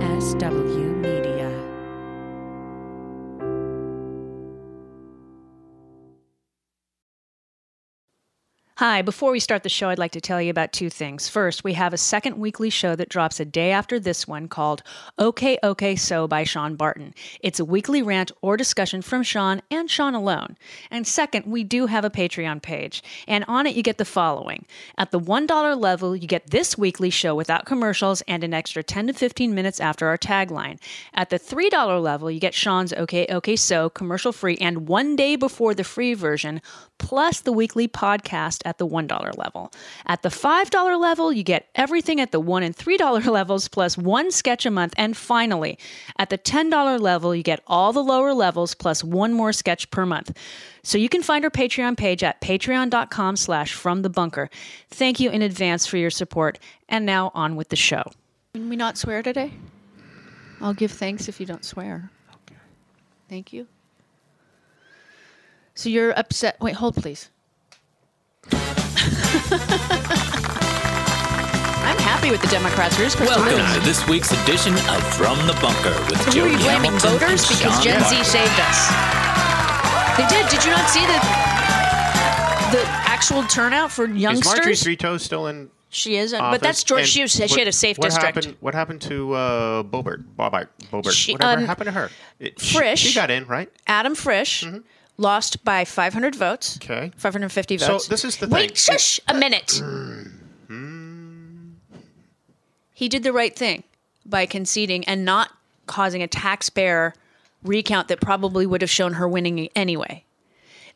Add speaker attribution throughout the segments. Speaker 1: W Media. Hi, before we start the show, I'd like to tell you about two things. First, we have a second weekly show that drops a day after this one called OK, OK, So by Sean Barton. It's a weekly rant or discussion from Sean and Sean alone. And second, we do have a Patreon page. And on it, you get the following At the $1 level, you get this weekly show without commercials and an extra 10 to 15 minutes after our tagline. At the $3 level, you get Sean's OK, OK, So commercial free and one day before the free version, plus the weekly podcast at the $1 level. At the $5 level, you get everything at the $1 and $3 levels, plus one sketch a month. And finally, at the $10 level, you get all the lower levels, plus one more sketch per month. So you can find our Patreon page at patreon.com slash from the bunker. Thank you in advance for your support. And now on with the show.
Speaker 2: Can we not swear today? I'll give thanks if you don't swear. Okay. Thank you. So you're upset. Wait, hold please. I'm happy with the Democrats. We're just supposed to
Speaker 3: Welcome
Speaker 2: lose.
Speaker 3: to this week's edition of From the Bunker with
Speaker 2: Who are
Speaker 3: Jody
Speaker 2: you blaming?
Speaker 3: Hamilton
Speaker 2: Voters?
Speaker 3: and
Speaker 2: Because
Speaker 3: Sean
Speaker 2: Gen Z
Speaker 3: Barker.
Speaker 2: saved us. They did. Did you not see the the actual turnout for
Speaker 4: Is Marjorie
Speaker 2: youngsters?
Speaker 4: Three Toes still in?
Speaker 2: She isn't.
Speaker 4: Office?
Speaker 2: But that's George.
Speaker 4: And
Speaker 2: She, was, she
Speaker 4: what-
Speaker 2: had a safe
Speaker 4: what
Speaker 2: district.
Speaker 4: Happened, what happened to uh, Bobert? Bobart? Bobert?
Speaker 2: She-
Speaker 4: Whatever
Speaker 2: um,
Speaker 4: happened to her? It, she-
Speaker 2: Frisch.
Speaker 4: She, got in, right?
Speaker 2: Adam Frisch lost by 500 votes.
Speaker 4: Mm-hmm. Okay.
Speaker 2: 550
Speaker 4: So
Speaker 2: votes.
Speaker 4: this is the
Speaker 2: Wait,
Speaker 4: thing. Mm-hmm.
Speaker 2: shush, a minute. he did the right thing by conceding and not causing a taxpayer recount that probably would have shown her winning anyway.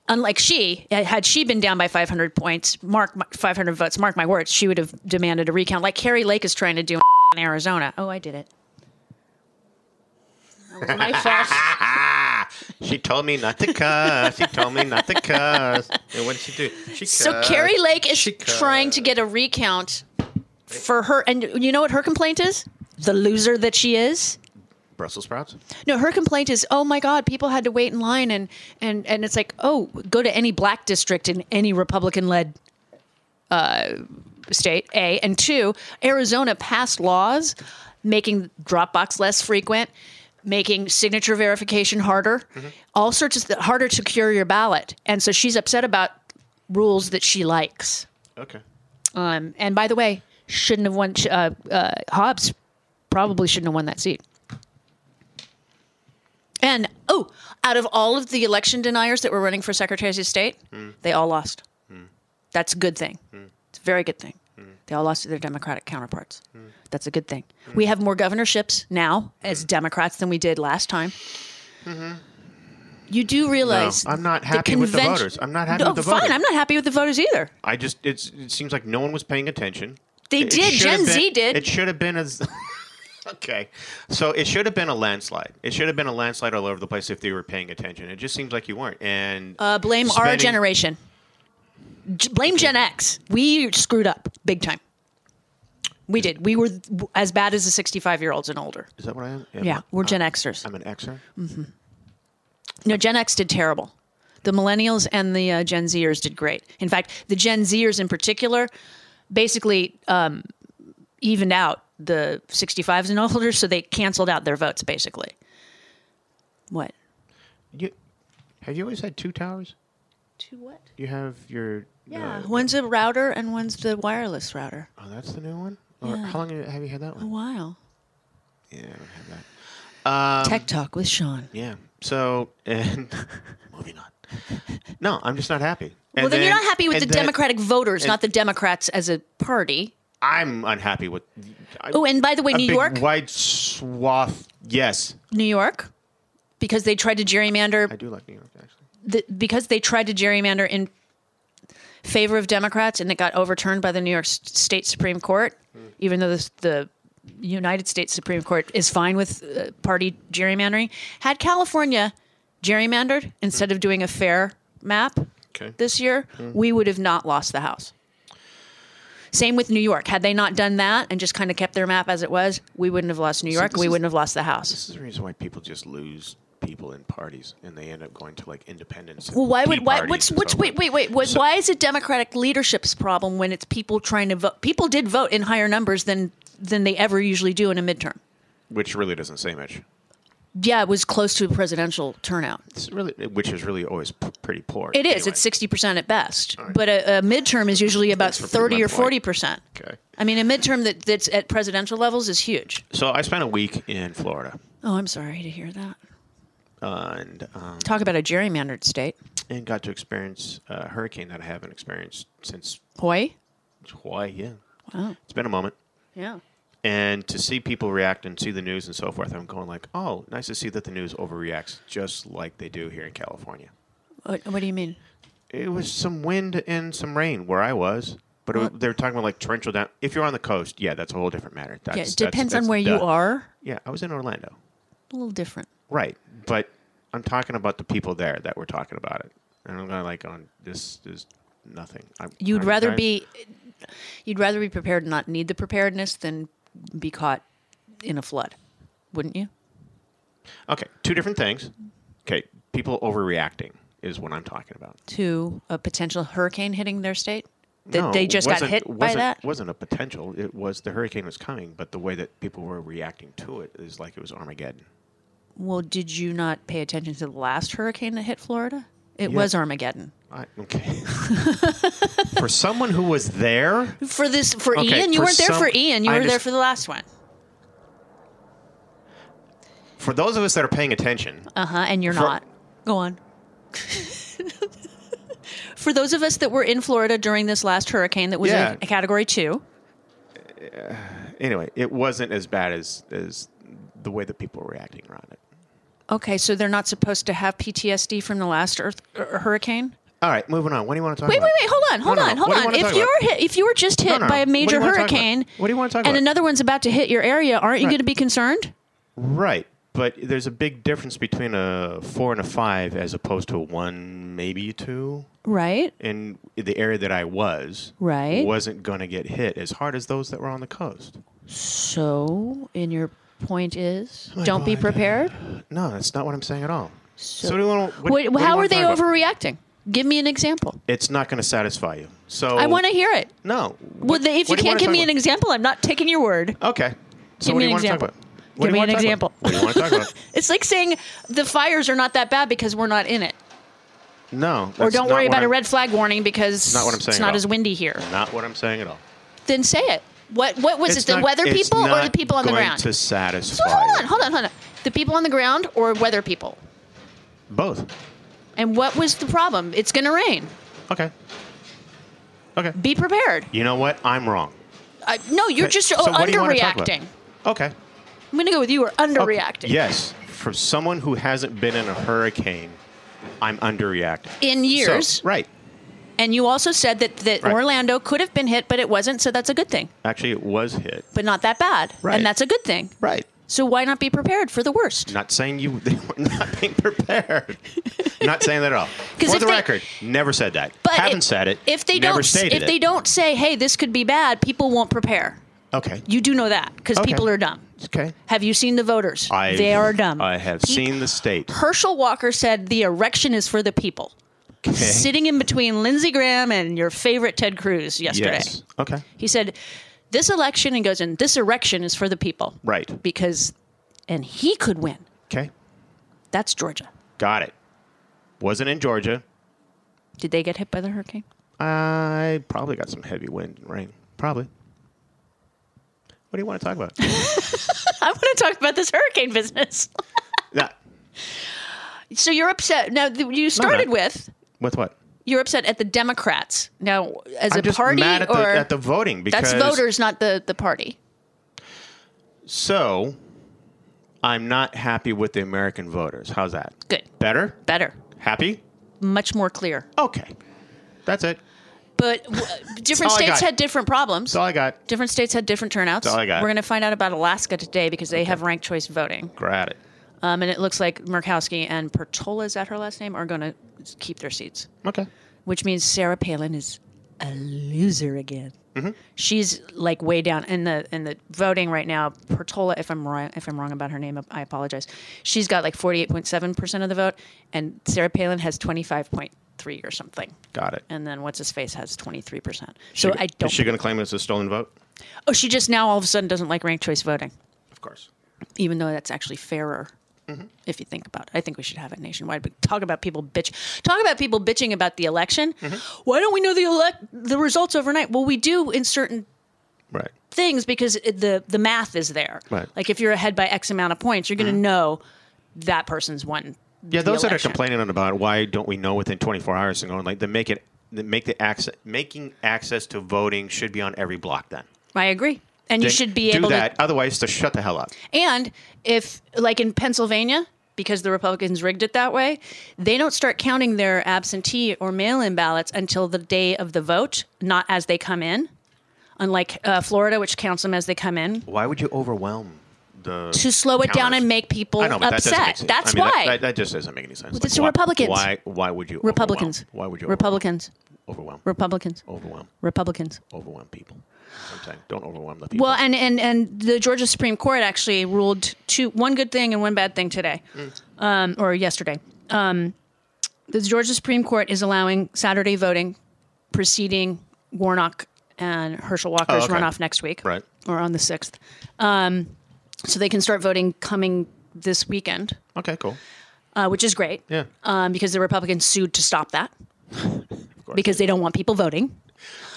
Speaker 2: Unlike she, uh, had she been down by 500 points, mark my, 500 votes, mark my words, she would have demanded a recount like Carrie Lake is trying to do in Arizona. Oh, I did it. That was my fault.
Speaker 4: She told me not to cuss. she told me not to cuss. And what did she do? She
Speaker 2: So
Speaker 4: cussed.
Speaker 2: Carrie Lake is
Speaker 4: She cussed.
Speaker 2: trying to get a recount for her, and you know what her complaint is? The loser that she is.
Speaker 4: Brussels sprouts.
Speaker 2: No, her complaint is, oh my God, people had to wait in line, and and and it's like, oh, go to any black district in any Republican-led uh, state. A and two, Arizona passed laws making Dropbox less frequent, making signature verification harder,
Speaker 4: Mm-hmm.
Speaker 2: all sorts of th- harder to cure your ballot, and so she's upset about rules that she likes.
Speaker 4: Okay.
Speaker 2: Um, and by the way, shouldn't have won. Uh, uh, Hobbs probably shouldn't have won that seat. And oh, out of all of the election deniers that were running for secretaries of state,
Speaker 4: Hmm.
Speaker 2: they all lost. That's a good thing. It's a very good thing.
Speaker 4: Hmm.
Speaker 2: They all lost to their Democratic counterparts. That's a good thing.
Speaker 4: Hmm.
Speaker 2: We have more governorships now as Democrats than we did last time. You do
Speaker 4: Mm-hmm. No,
Speaker 2: realize
Speaker 4: I'm not
Speaker 2: the
Speaker 4: happy with the
Speaker 2: convention-
Speaker 4: voters. I'm not happy
Speaker 2: No,
Speaker 4: with the
Speaker 2: fine.
Speaker 4: voters.
Speaker 2: I'm not happy with the voters either.
Speaker 4: I just it's, it seems like no one was paying attention.
Speaker 2: They
Speaker 4: It- it
Speaker 2: did.
Speaker 4: should have
Speaker 2: Gen
Speaker 4: been-
Speaker 2: Z did.
Speaker 4: It should have been as okay. So it should have been a landslide. It should have been a landslide all over the place if they were paying attention. It just seems like you weren't. And
Speaker 2: Uh, blame our
Speaker 4: spending-
Speaker 2: generation. J- blame Gen X. We screwed up big time. We did. We were th- as bad as the 65 year olds and older.
Speaker 4: Is that what I am? Am
Speaker 2: Yeah,
Speaker 4: I-
Speaker 2: we're Gen Mm-hmm.
Speaker 4: I'm-
Speaker 2: Xers.
Speaker 4: I'm an Xer.
Speaker 2: No, Gen X did terrible. The millennials and the uh, Gen Zers did great. In fact, the Gen Zers in particular basically um, evened out the 65s and older, so they canceled out their votes basically. What?
Speaker 4: You, have you always had two towers?
Speaker 2: To what?
Speaker 4: You have your
Speaker 2: Yeah.
Speaker 4: uh,
Speaker 2: one's a router and one's the wireless router.
Speaker 4: oh, that's the new one. Or how long have you had that
Speaker 2: Oh.
Speaker 4: one?
Speaker 2: Wow.
Speaker 4: Yeah, I don't have that. Um,
Speaker 2: Tech Talk with Sean.
Speaker 4: Yeah. So and moving on. No, I'm just not happy.
Speaker 2: Well,
Speaker 4: And
Speaker 2: then, you're not happy with
Speaker 4: and
Speaker 2: the
Speaker 4: then
Speaker 2: Democratic voters,
Speaker 4: and-
Speaker 2: not the Democrats as a party.
Speaker 4: I'm unhappy with. I-
Speaker 2: Oh, and by the way,
Speaker 4: a
Speaker 2: New
Speaker 4: big
Speaker 2: York,
Speaker 4: wide swath. Yes,
Speaker 2: New York, because they tried to
Speaker 4: I
Speaker 2: gerrymander,
Speaker 4: do like New York actually.
Speaker 2: the, because they tried to gerrymander in favor of Democrats, and it got overturned by the New York S- State Supreme Court, even though the, the United States Supreme Court is fine with uh, party gerrymandering. Had California gerrymandered instead of doing a fair map,
Speaker 4: Okay. Hmm.
Speaker 2: this year, we would have not lost the House. Same with New York. Had they not done that and just kind of kept their map as it was, we wouldn't have lost New York.
Speaker 4: this
Speaker 2: we
Speaker 4: is-
Speaker 2: wouldn't have lost the House.
Speaker 4: This is the reason why people just lose people in parties and they end up going to like independence. and
Speaker 2: Well, why
Speaker 4: tea
Speaker 2: would why
Speaker 4: parties
Speaker 2: what's
Speaker 4: and so
Speaker 2: what's
Speaker 4: on.
Speaker 2: wait wait wait what,
Speaker 4: So-
Speaker 2: why is it Democratic leadership's problem when it's people trying to vote? People did vote in higher numbers than than they ever usually do in a midterm.
Speaker 4: which really doesn't say much.
Speaker 5: Yeah, it was close to a presidential turnout.
Speaker 4: It's really, which is really always p- pretty poor.
Speaker 5: It is. It's sixty percent at best, but a, a midterm is usually about
Speaker 4: Thanks for proving
Speaker 5: thirty
Speaker 4: my
Speaker 5: or
Speaker 4: point.
Speaker 5: forty percent.
Speaker 4: Okay.
Speaker 5: I mean, a midterm that, that's at presidential levels is huge.
Speaker 4: So I spent a week in Florida,
Speaker 5: Oh, I'm sorry to hear that.
Speaker 4: uh, and um,
Speaker 5: Talk about a gerrymandered state.
Speaker 4: and got to experience a hurricane that I haven't experienced since
Speaker 5: Hawaii.
Speaker 4: Hawaii. Yeah, wow, it's been a moment.
Speaker 5: Yeah.
Speaker 4: And to see people react and see the news and so forth, I'm going like, oh, nice to see that the news overreacts just like they do here in California.
Speaker 5: What, what do you mean?
Speaker 4: It was some wind and some rain where I was, but it, they were talking about like torrential down. If you're on the coast, yeah, that's a whole different matter. That's,
Speaker 5: Yeah, it
Speaker 4: that's-
Speaker 5: depends
Speaker 4: that's
Speaker 5: on where you
Speaker 4: done.
Speaker 5: are.
Speaker 4: Yeah, I was in Orlando.
Speaker 5: A little different.
Speaker 4: Right, but I'm talking about the people there that were talking about it, and I'm going like, on this is nothing. I'm,
Speaker 5: You'd
Speaker 4: I'm
Speaker 5: rather
Speaker 4: trying-
Speaker 5: be, you'd rather be prepared and not need the preparedness than be caught in a flood, wouldn't you?
Speaker 4: okay. Two different things. Okay, people overreacting is what I'm talking about.
Speaker 5: To a potential hurricane hitting their state that
Speaker 4: No,
Speaker 5: they just got
Speaker 4: wasn't-
Speaker 5: hit by
Speaker 4: wasn't-
Speaker 5: that.
Speaker 4: wasn't a potential. It was the hurricane was coming, but the way that people were reacting to it is like it was Armageddon.
Speaker 5: Well, did you not pay attention to the last hurricane that hit Florida? It
Speaker 4: Yeah.
Speaker 5: was Armageddon.
Speaker 4: I, okay. for someone who was there,
Speaker 5: For this, for
Speaker 4: Okay,
Speaker 5: Ian, you
Speaker 4: for
Speaker 5: weren't there
Speaker 4: some-
Speaker 5: for Ian. You
Speaker 4: I
Speaker 5: were there
Speaker 4: just-
Speaker 5: for the last one.
Speaker 4: for those of us that are paying attention,
Speaker 5: Uh huh. And you're
Speaker 4: For-
Speaker 5: not. Go on. for those of us that were in Florida during this last hurricane that was
Speaker 4: Yeah.
Speaker 5: a, a Category Two,
Speaker 4: anyway, it wasn't as bad as as the way that people were reacting around it.
Speaker 5: Okay, so they're not supposed to have PTSD from the last earth, er, hurricane.
Speaker 4: All right, moving on. What do you want to talk
Speaker 5: Wait,
Speaker 4: about?
Speaker 5: wait, wait! Hold on,
Speaker 4: No,
Speaker 5: hold
Speaker 4: no, no.
Speaker 5: on, hold
Speaker 4: What do you
Speaker 5: on.
Speaker 4: wanna
Speaker 5: If
Speaker 4: talk
Speaker 5: you're
Speaker 4: about?
Speaker 5: hit, if you were just hit
Speaker 4: no.
Speaker 5: by a
Speaker 4: What do you
Speaker 5: major
Speaker 4: wanna talk about?
Speaker 5: hurricane,
Speaker 4: What do you wanna talk
Speaker 5: and
Speaker 4: about?
Speaker 5: another one's about to hit your area, aren't you
Speaker 4: Right.
Speaker 5: going to be concerned?
Speaker 4: Right, but there's a big difference between a four and a five as opposed to a one, maybe a two.
Speaker 5: Right.
Speaker 4: in the area that I was
Speaker 5: Right.
Speaker 4: wasn't going to get hit as hard as those that were on the coast.
Speaker 5: So, and your point is, don't be
Speaker 4: God.
Speaker 5: prepared.
Speaker 4: No, that's not what I'm saying at all. So,
Speaker 5: So-
Speaker 4: what do you wanna- what-
Speaker 5: Wait,
Speaker 4: what do you
Speaker 5: how
Speaker 4: wanna
Speaker 5: are they
Speaker 4: talk about?
Speaker 5: overreacting? Give me an example.
Speaker 4: It's not going to satisfy you. So
Speaker 5: I want to hear it.
Speaker 4: No.
Speaker 5: Well, the, if
Speaker 4: Oh.
Speaker 5: you
Speaker 4: what do
Speaker 5: can't
Speaker 4: wanna
Speaker 5: give
Speaker 4: talk
Speaker 5: me an
Speaker 4: about?
Speaker 5: example, I'm not taking your word.
Speaker 4: Okay. So
Speaker 5: Give
Speaker 4: what
Speaker 5: me
Speaker 4: do you
Speaker 5: an
Speaker 4: want to talk
Speaker 5: example.
Speaker 4: about? What
Speaker 5: Give
Speaker 4: do you
Speaker 5: me
Speaker 4: wanna
Speaker 5: an
Speaker 4: talk
Speaker 5: example.
Speaker 4: About? What do you want to talk about?
Speaker 5: It's like saying the fires are not that bad because we're not in it.
Speaker 4: No.
Speaker 5: Or
Speaker 4: that's
Speaker 5: don't
Speaker 4: not
Speaker 5: worry
Speaker 4: what
Speaker 5: about a
Speaker 4: I'm-
Speaker 5: red flag warning because
Speaker 4: Not what I'm
Speaker 5: it's
Speaker 4: saying
Speaker 5: not
Speaker 4: at all.
Speaker 5: as windy here.
Speaker 4: Not what I'm saying at all.
Speaker 5: Then say it. What what was it? The
Speaker 4: not-
Speaker 5: weather
Speaker 4: it's
Speaker 5: people or the
Speaker 4: not
Speaker 5: people on the
Speaker 4: going
Speaker 5: ground?
Speaker 4: To
Speaker 5: So
Speaker 4: satisfy.
Speaker 5: hold on,
Speaker 4: you.
Speaker 5: hold on, hold on. The people on the ground or weather people?
Speaker 4: Both.
Speaker 5: And what was the problem? It's going to rain.
Speaker 4: Okay. Okay.
Speaker 5: Be prepared.
Speaker 4: You know what? I'm wrong.
Speaker 5: I, no, you're
Speaker 4: Okay,
Speaker 5: just
Speaker 4: so
Speaker 5: oh,
Speaker 4: what do you wanna talk about?
Speaker 5: underreacting.
Speaker 4: Okay.
Speaker 5: I'm going to go with you are
Speaker 4: Okay,
Speaker 5: underreacting.
Speaker 4: Yes, for someone who hasn't been in a hurricane, I'm underreacting.
Speaker 5: In years.
Speaker 4: So, right.
Speaker 5: And you also said that, that
Speaker 4: Right.
Speaker 5: Orlando could have been hit, but it wasn't. So that's a good thing,
Speaker 4: Actually, it was hit.
Speaker 5: but not that bad.
Speaker 4: Right.
Speaker 5: And that's a good thing.
Speaker 4: Right.
Speaker 5: So why not be prepared for the worst?
Speaker 4: Not saying you they were not being prepared. not saying that at all.
Speaker 5: 'Cause
Speaker 4: For
Speaker 5: if
Speaker 4: the
Speaker 5: they-
Speaker 4: record, never said that.
Speaker 5: But
Speaker 4: Haven't
Speaker 5: if-
Speaker 4: said it.
Speaker 5: If they
Speaker 4: never
Speaker 5: don't,
Speaker 4: stated
Speaker 5: if they
Speaker 4: it.
Speaker 5: don't say, "Hey, this could be bad," people won't prepare.
Speaker 4: okay,
Speaker 5: You do know that because
Speaker 4: Okay.
Speaker 5: people are dumb.
Speaker 4: okay.
Speaker 5: Have you seen the voters?
Speaker 4: I
Speaker 5: they are dumb.
Speaker 4: I have
Speaker 5: Pe-
Speaker 4: seen the state.
Speaker 5: Herschel Walker said the erection is for the people. Sitting in between Lindsey Graham and your favorite Ted Cruz yesterday,
Speaker 4: Yes. Okay.
Speaker 5: he said, "This election," and goes in, "This erection is for the people."
Speaker 4: Right.
Speaker 5: Because, and he could win.
Speaker 4: Okay.
Speaker 5: That's Georgia.
Speaker 4: Got it. Wasn't in Georgia.
Speaker 5: Did they get hit by the hurricane?
Speaker 4: I probably got some heavy wind and rain. Probably. What do you want to talk about?
Speaker 5: I want to talk about this hurricane business.
Speaker 4: That-
Speaker 5: So you're upset. Now, th- you started with
Speaker 4: with what?
Speaker 5: you're upset at the Democrats. Now, as
Speaker 4: I'm
Speaker 5: a
Speaker 4: just
Speaker 5: party,
Speaker 4: mad at
Speaker 5: or
Speaker 4: the, at the voting because
Speaker 5: that's voters, not the the party.
Speaker 4: So I'm not happy with the American voters. How's that?
Speaker 5: Good,
Speaker 4: Better?
Speaker 5: better,
Speaker 4: Happy?
Speaker 5: much more clear.
Speaker 4: Okay. That's it.
Speaker 5: But w- different
Speaker 4: all I
Speaker 5: states
Speaker 4: got.
Speaker 5: had different problems.
Speaker 4: That's all I got.
Speaker 5: different states had different turnouts.
Speaker 4: all I got.
Speaker 5: We're going to find out about Alaska today because they have ranked choice voting,
Speaker 4: Got it.
Speaker 5: um, and it looks like Murkowski and Pertola, is that her last name, are going to keep their seats.
Speaker 4: Okay.
Speaker 5: which means Sarah Palin is a loser again. She's like way down in the in the voting right now. Pertola, if I'm wrong, if I'm wrong about her name, I apologize. She's got like 48.7 percent of the vote, and Sarah Palin has 25.3 or something.
Speaker 4: Got it.
Speaker 5: And then what's his face has 23 percent. So I don't.
Speaker 4: Is she going to claim it's a stolen vote?
Speaker 5: oh, she just now all of a sudden doesn't like ranked choice voting.
Speaker 4: Of course.
Speaker 5: even though that's actually fairer.
Speaker 4: Mm-hmm.
Speaker 5: If you think about it, I think we should have it nationwide. But talk about people bitch. Talk about people bitching about the election.
Speaker 4: Mm-hmm.
Speaker 5: Why don't we know the elect the results overnight? Well, we do in certain
Speaker 4: Right.
Speaker 5: things because it, the the math is there.
Speaker 4: Right. Mm-hmm.
Speaker 5: Like if you're ahead by X amount of points, you're going to know that person's won.
Speaker 4: Yeah,
Speaker 5: the
Speaker 4: those that are
Speaker 5: election.
Speaker 4: complaining about why don't we know within 24 hours and going like to make it the- make the access making access to voting should be on every block then.
Speaker 5: I agree, and you
Speaker 4: Then
Speaker 5: should be
Speaker 4: do
Speaker 5: able
Speaker 4: that.
Speaker 5: to.
Speaker 4: Otherwise, to shut the hell up.
Speaker 5: And if like in Pennsylvania, because the Republicans rigged it that way, they don't start counting their absentee or mail-in ballots until the day of the vote, not as they come in. Unlike uh, Florida, which counts them as they come in,
Speaker 4: Why would you overwhelm the
Speaker 5: to slow it down
Speaker 4: counters?
Speaker 5: and make people
Speaker 4: I know, but
Speaker 5: upset.
Speaker 4: That doesn't make sense.
Speaker 5: That's
Speaker 4: I mean, that-
Speaker 5: why
Speaker 4: that, that just doesn't make any sense.
Speaker 5: it's the
Speaker 4: why-
Speaker 5: Republicans.
Speaker 4: Why? Why would you?
Speaker 5: Republicans.
Speaker 4: Overwhelm? Why would you?
Speaker 5: Republicans.
Speaker 4: Overwhelm. Overwhelm.
Speaker 5: Republicans.
Speaker 4: Overwhelm.
Speaker 5: Republicans.
Speaker 4: Overwhelm people. Sometimes don't overwhelm the people.
Speaker 5: Well, and, and and the Georgia Supreme Court actually ruled two one good thing and one bad thing today, um, or yesterday. Um, the Georgia Supreme Court is allowing Saturday voting preceding Warnock and Herschel Walker's
Speaker 4: Oh, okay.
Speaker 5: runoff next week,
Speaker 4: Right.
Speaker 5: Or on the sixth, um, so they can start voting coming this weekend,
Speaker 4: okay, cool.
Speaker 5: uh, which is great.
Speaker 4: Yeah.
Speaker 5: Um, because the Republicans sued to stop that because they don't want people voting.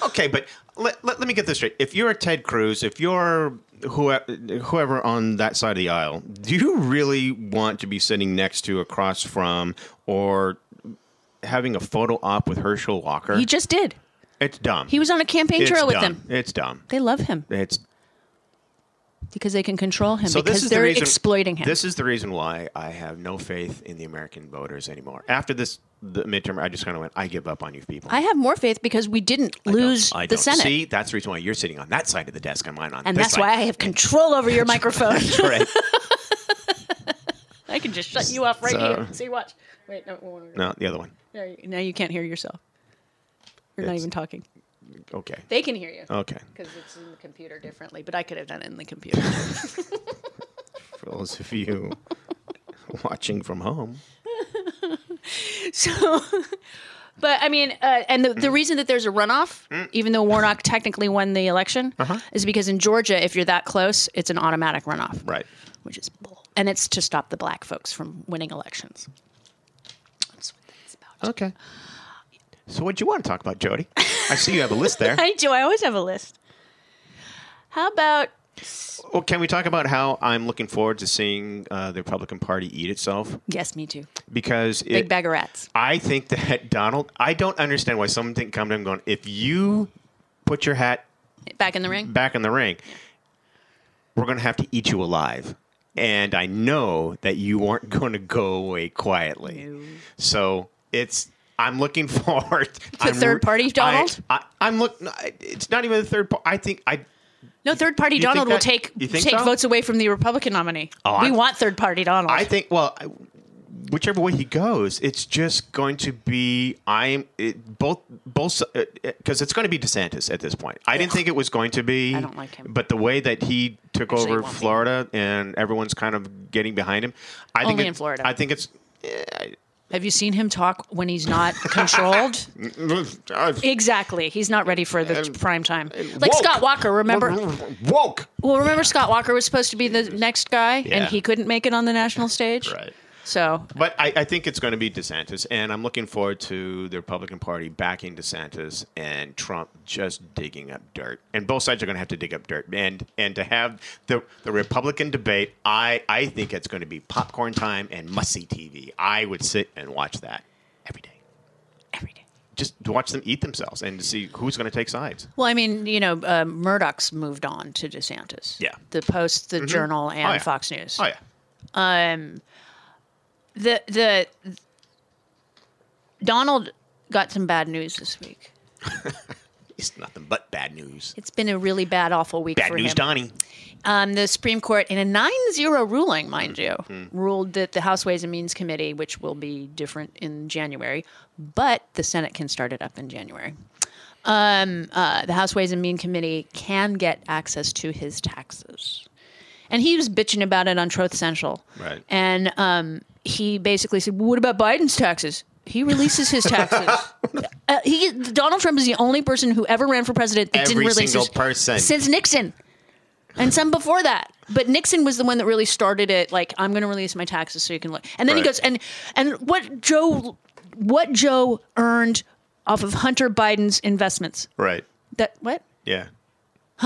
Speaker 4: Okay, but let, let, let me get this straight. If you're Ted Cruz, if you're whoever, whoever on that side of the aisle, do you really want to be sitting next to, across from, or having a photo op with Herschel Walker?
Speaker 5: He just did.
Speaker 4: it's dumb.
Speaker 5: He was on a campaign
Speaker 4: it's
Speaker 5: trail with
Speaker 4: dumb.
Speaker 5: them.
Speaker 4: It's dumb.
Speaker 5: They love him.
Speaker 4: It's
Speaker 5: because they can control him
Speaker 4: so
Speaker 5: because
Speaker 4: this is
Speaker 5: they're
Speaker 4: the reason,
Speaker 5: exploiting him.
Speaker 4: This is the reason why I have no faith in the American voters anymore. After this the midterm, I just kind of went, I give up on you people.
Speaker 5: I have more faith because we didn't
Speaker 4: don't.
Speaker 5: lose
Speaker 4: I
Speaker 5: the
Speaker 4: don't.
Speaker 5: Senate,
Speaker 4: See, that's the reason why you're sitting on that side of the desk and mine on
Speaker 5: and
Speaker 4: this
Speaker 5: that's
Speaker 4: side.
Speaker 5: why I have control over your microphone.
Speaker 4: Right.
Speaker 5: I can just shut you off right
Speaker 4: So-
Speaker 5: here. See, watch. Wait, no, no, no, no.
Speaker 4: No, the other one.
Speaker 5: There you- now you can't hear yourself. You're not
Speaker 4: It's- Oh.
Speaker 5: even talking.
Speaker 4: Okay.
Speaker 5: They can hear you
Speaker 4: Okay.
Speaker 5: because it's in the computer differently. But I could have done it in the computer.
Speaker 4: For those of you watching from home,
Speaker 5: So, but I mean, uh, and the,
Speaker 4: Mm.
Speaker 5: the reason that there's a runoff, even though Warnock technically won the election,
Speaker 4: Uh-huh.
Speaker 5: is because in Georgia, if you're that close, it's an automatic runoff.
Speaker 4: right?
Speaker 5: which is bull. And it's to stop the black folks from winning elections. That's what it's about.
Speaker 4: Okay. So, what do you want to talk about, Jody? I see you have a list there.
Speaker 5: I do. I always have a list. How about
Speaker 4: Well, can we talk about how I'm looking forward to seeing uh, the Republican Party eat itself?
Speaker 5: yes, me too.
Speaker 4: Because it,
Speaker 5: Big bag of rats.
Speaker 4: I think that Donald. I don't understand why someone didn't come to him going, "If you put your hat
Speaker 5: Back in the ring.
Speaker 4: back in the ring, we're going to have to eat you alive. And I know that you aren't going to go away quietly. So it's. I'm looking forward. I'm
Speaker 5: third
Speaker 4: re-
Speaker 5: party,
Speaker 4: I-
Speaker 5: Donald?
Speaker 4: I, am look. It's not even the third part. I think I.
Speaker 5: No, third party
Speaker 4: you think
Speaker 5: Donald will
Speaker 4: that-
Speaker 5: take
Speaker 4: you
Speaker 5: take
Speaker 4: think so?
Speaker 5: votes away from the Republican nominee.
Speaker 4: Oh,
Speaker 5: we
Speaker 4: I-
Speaker 5: want third party Donald.
Speaker 4: I think. Well, I- whichever way he goes, it's just going to be. I'm it, both both because it's going to be DeSantis at this point. I didn't think it was going to be.
Speaker 5: I don't like him.
Speaker 4: But the way that he took
Speaker 5: Actually, it
Speaker 4: over
Speaker 5: won't be.
Speaker 4: Florida and everyone's kind of getting behind him. I think
Speaker 5: Only
Speaker 4: it-
Speaker 5: in Florida.
Speaker 4: I think it's.
Speaker 5: have you seen him talk when he's not controlled? exactly. He's not ready for the prime time. Like
Speaker 4: Uh, woke.
Speaker 5: Scott Walker, remember?
Speaker 4: woke.
Speaker 5: Well, remember Scott Walker was supposed to be the next guy, and
Speaker 4: Yeah.
Speaker 5: he couldn't make it on the national stage.
Speaker 4: Right.
Speaker 5: So
Speaker 4: But I, I think it's going to be DeSantis, and I'm looking forward to the Republican Party backing DeSantis and Trump just digging up dirt. And both sides are going to have to dig up dirt. And and to have the the Republican debate, I I think it's going to be popcorn time and must see TV. I would sit and watch that every day.
Speaker 5: every day.
Speaker 4: Just to watch them eat themselves and to see who's going to take sides.
Speaker 5: Well, I mean, you know, uh, Murdoch's moved on to DeSantis.
Speaker 4: Yeah.
Speaker 5: The Post, the Journal, and
Speaker 4: Oh, yeah.
Speaker 5: Fox News.
Speaker 4: Oh yeah,
Speaker 5: Um, the the Donald got some bad news this week.
Speaker 4: it's nothing but bad news.
Speaker 5: It's been a really bad, awful week
Speaker 4: Bad
Speaker 5: for
Speaker 4: news,
Speaker 5: him.
Speaker 4: Donnie.
Speaker 5: Um, the Supreme Court, in a 9-0 ruling, mind
Speaker 4: Mm-hmm.
Speaker 5: you, ruled that the House Ways and Means Committee, which will be different in January, but the Senate can start it up in January. Um, uh, the House Ways and Mean Committee can get access to his taxes, and he was bitching about it on Truth Central.
Speaker 4: Right.
Speaker 5: And um, he basically said, well, "What about Biden's taxes?" He releases his taxes. uh, he Donald Trump is the only person who ever ran for president that
Speaker 4: Every
Speaker 5: didn't release
Speaker 4: single
Speaker 5: his
Speaker 4: person.
Speaker 5: since Nixon and some before that. But Nixon was the one that really started it. Like, I'm going to release my taxes so you can look. And then he
Speaker 4: Right.
Speaker 5: goes and and what Joe what Joe earned off of Hunter Biden's investments.
Speaker 4: Right.
Speaker 5: That what?
Speaker 4: Yeah. Huh?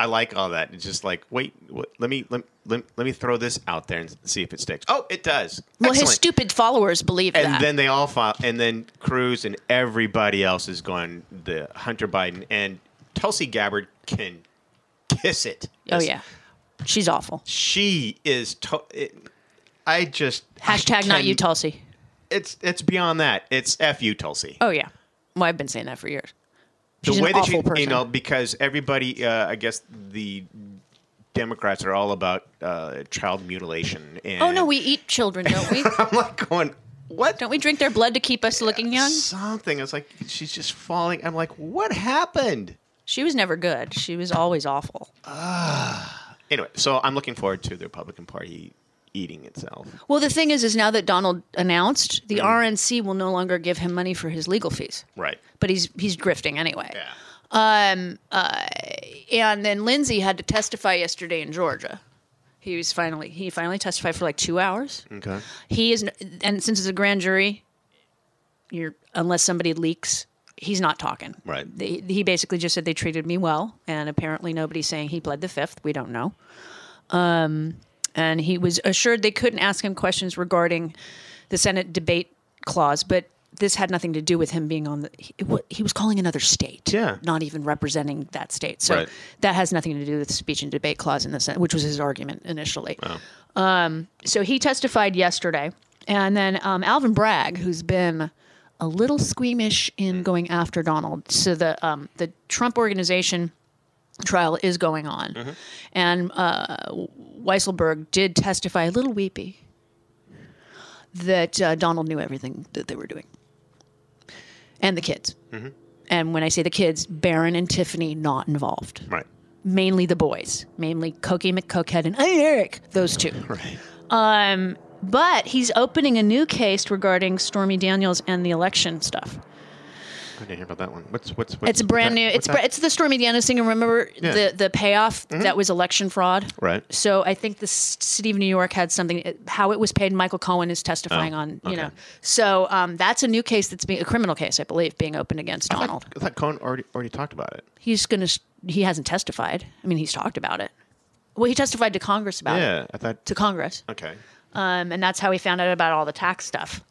Speaker 4: I like all that. It's just like, wait, what, let me let, let, let me throw this out there and see if it sticks. Oh, it does.
Speaker 5: Well, his
Speaker 4: Excellent.
Speaker 5: stupid followers believe
Speaker 4: and
Speaker 5: that.
Speaker 4: then they all file, and then Cruz and everybody else is going the Hunter Biden and Tulsi Gabbard can kiss it.
Speaker 5: oh yeah, she's awful.
Speaker 4: she is. To- it, I just
Speaker 5: Hashtag not
Speaker 4: can-
Speaker 5: you, Tulsi.
Speaker 4: It's it's beyond that. It's f you, Tulsi.
Speaker 5: Oh yeah. Well, I've been saying that for years.
Speaker 4: the
Speaker 5: She's an
Speaker 4: way that
Speaker 5: awful
Speaker 4: you,
Speaker 5: person.
Speaker 4: you know because everybody uh, i guess the democrats are all about uh, child mutilation and
Speaker 5: Oh no, we eat children, don't we?
Speaker 4: i'm like going what
Speaker 5: don't we drink their blood to keep us looking young?
Speaker 4: something it's like she's just falling i'm like what happened
Speaker 5: She was never good. She was always awful.
Speaker 4: anyway so i'm looking forward to the republican party eating itself
Speaker 5: Well, the thing is, is now that Donald announced, the RNC will no longer give him money for his legal fees.
Speaker 4: right
Speaker 5: But he's he's grifting anyway.
Speaker 4: yeah
Speaker 5: Um. Uh. And then Lindsey had to testify yesterday in Georgia. He was finally he finally testified for like two hours.
Speaker 4: okay
Speaker 5: He is, and since it's a grand jury, you're unless somebody leaks, he's not talking.
Speaker 4: Right.
Speaker 5: They, he basically just said they treated me well, and apparently nobody's saying he pled the fifth. We don't know. Um, and he was assured they couldn't ask him questions regarding the Senate debate clause, but this had nothing to do with him being on the. He, wa- he was calling another state,
Speaker 4: Yeah.
Speaker 5: not even representing that state. So
Speaker 4: Right.
Speaker 5: that has nothing to do with the speech and debate clause in the Senate, which was his argument initially Um, so he testified yesterday, and then um, Alvin Bragg, who's been a little squeamish in going after Donald. So the um, the Trump organization trial is going on, and uh, Weisselberg did testify a little weepy that uh, Donald knew everything that they were doing, and the kids. And when I say the kids, Barron and Tiffany not involved
Speaker 4: right
Speaker 5: mainly the boys, mainly Cokie McCokehead and Iron Eric, those two. Right. Um, but he's opening a new case regarding Stormy Daniels and the election stuff.
Speaker 4: i didn't hear about that one what's what's, what's
Speaker 5: It's a brand
Speaker 4: that-
Speaker 5: new.
Speaker 4: what's
Speaker 5: It's
Speaker 4: that?
Speaker 5: br- it's the Stormy Daniels thing. and Remember
Speaker 4: Yeah. Mm-hmm.
Speaker 5: the the payoff that was election fraud.
Speaker 4: Right.
Speaker 5: So I think the s- city of New York had something it- how it was paid. Michael Cohen is testifying
Speaker 4: Oh,
Speaker 5: on you
Speaker 4: okay.
Speaker 5: know. So um, that's a new case that's being a criminal case I believe being opened against
Speaker 4: I
Speaker 5: Donald.
Speaker 4: thought, I thought Cohen already already talked about it.
Speaker 5: He's gonna. s- He hasn't testified. I mean, he's talked about it. Well, he testified to Congress about it.
Speaker 4: Yeah, I thought.
Speaker 5: To Congress.
Speaker 4: Okay,
Speaker 5: um, and that's how we found out about all the tax stuff.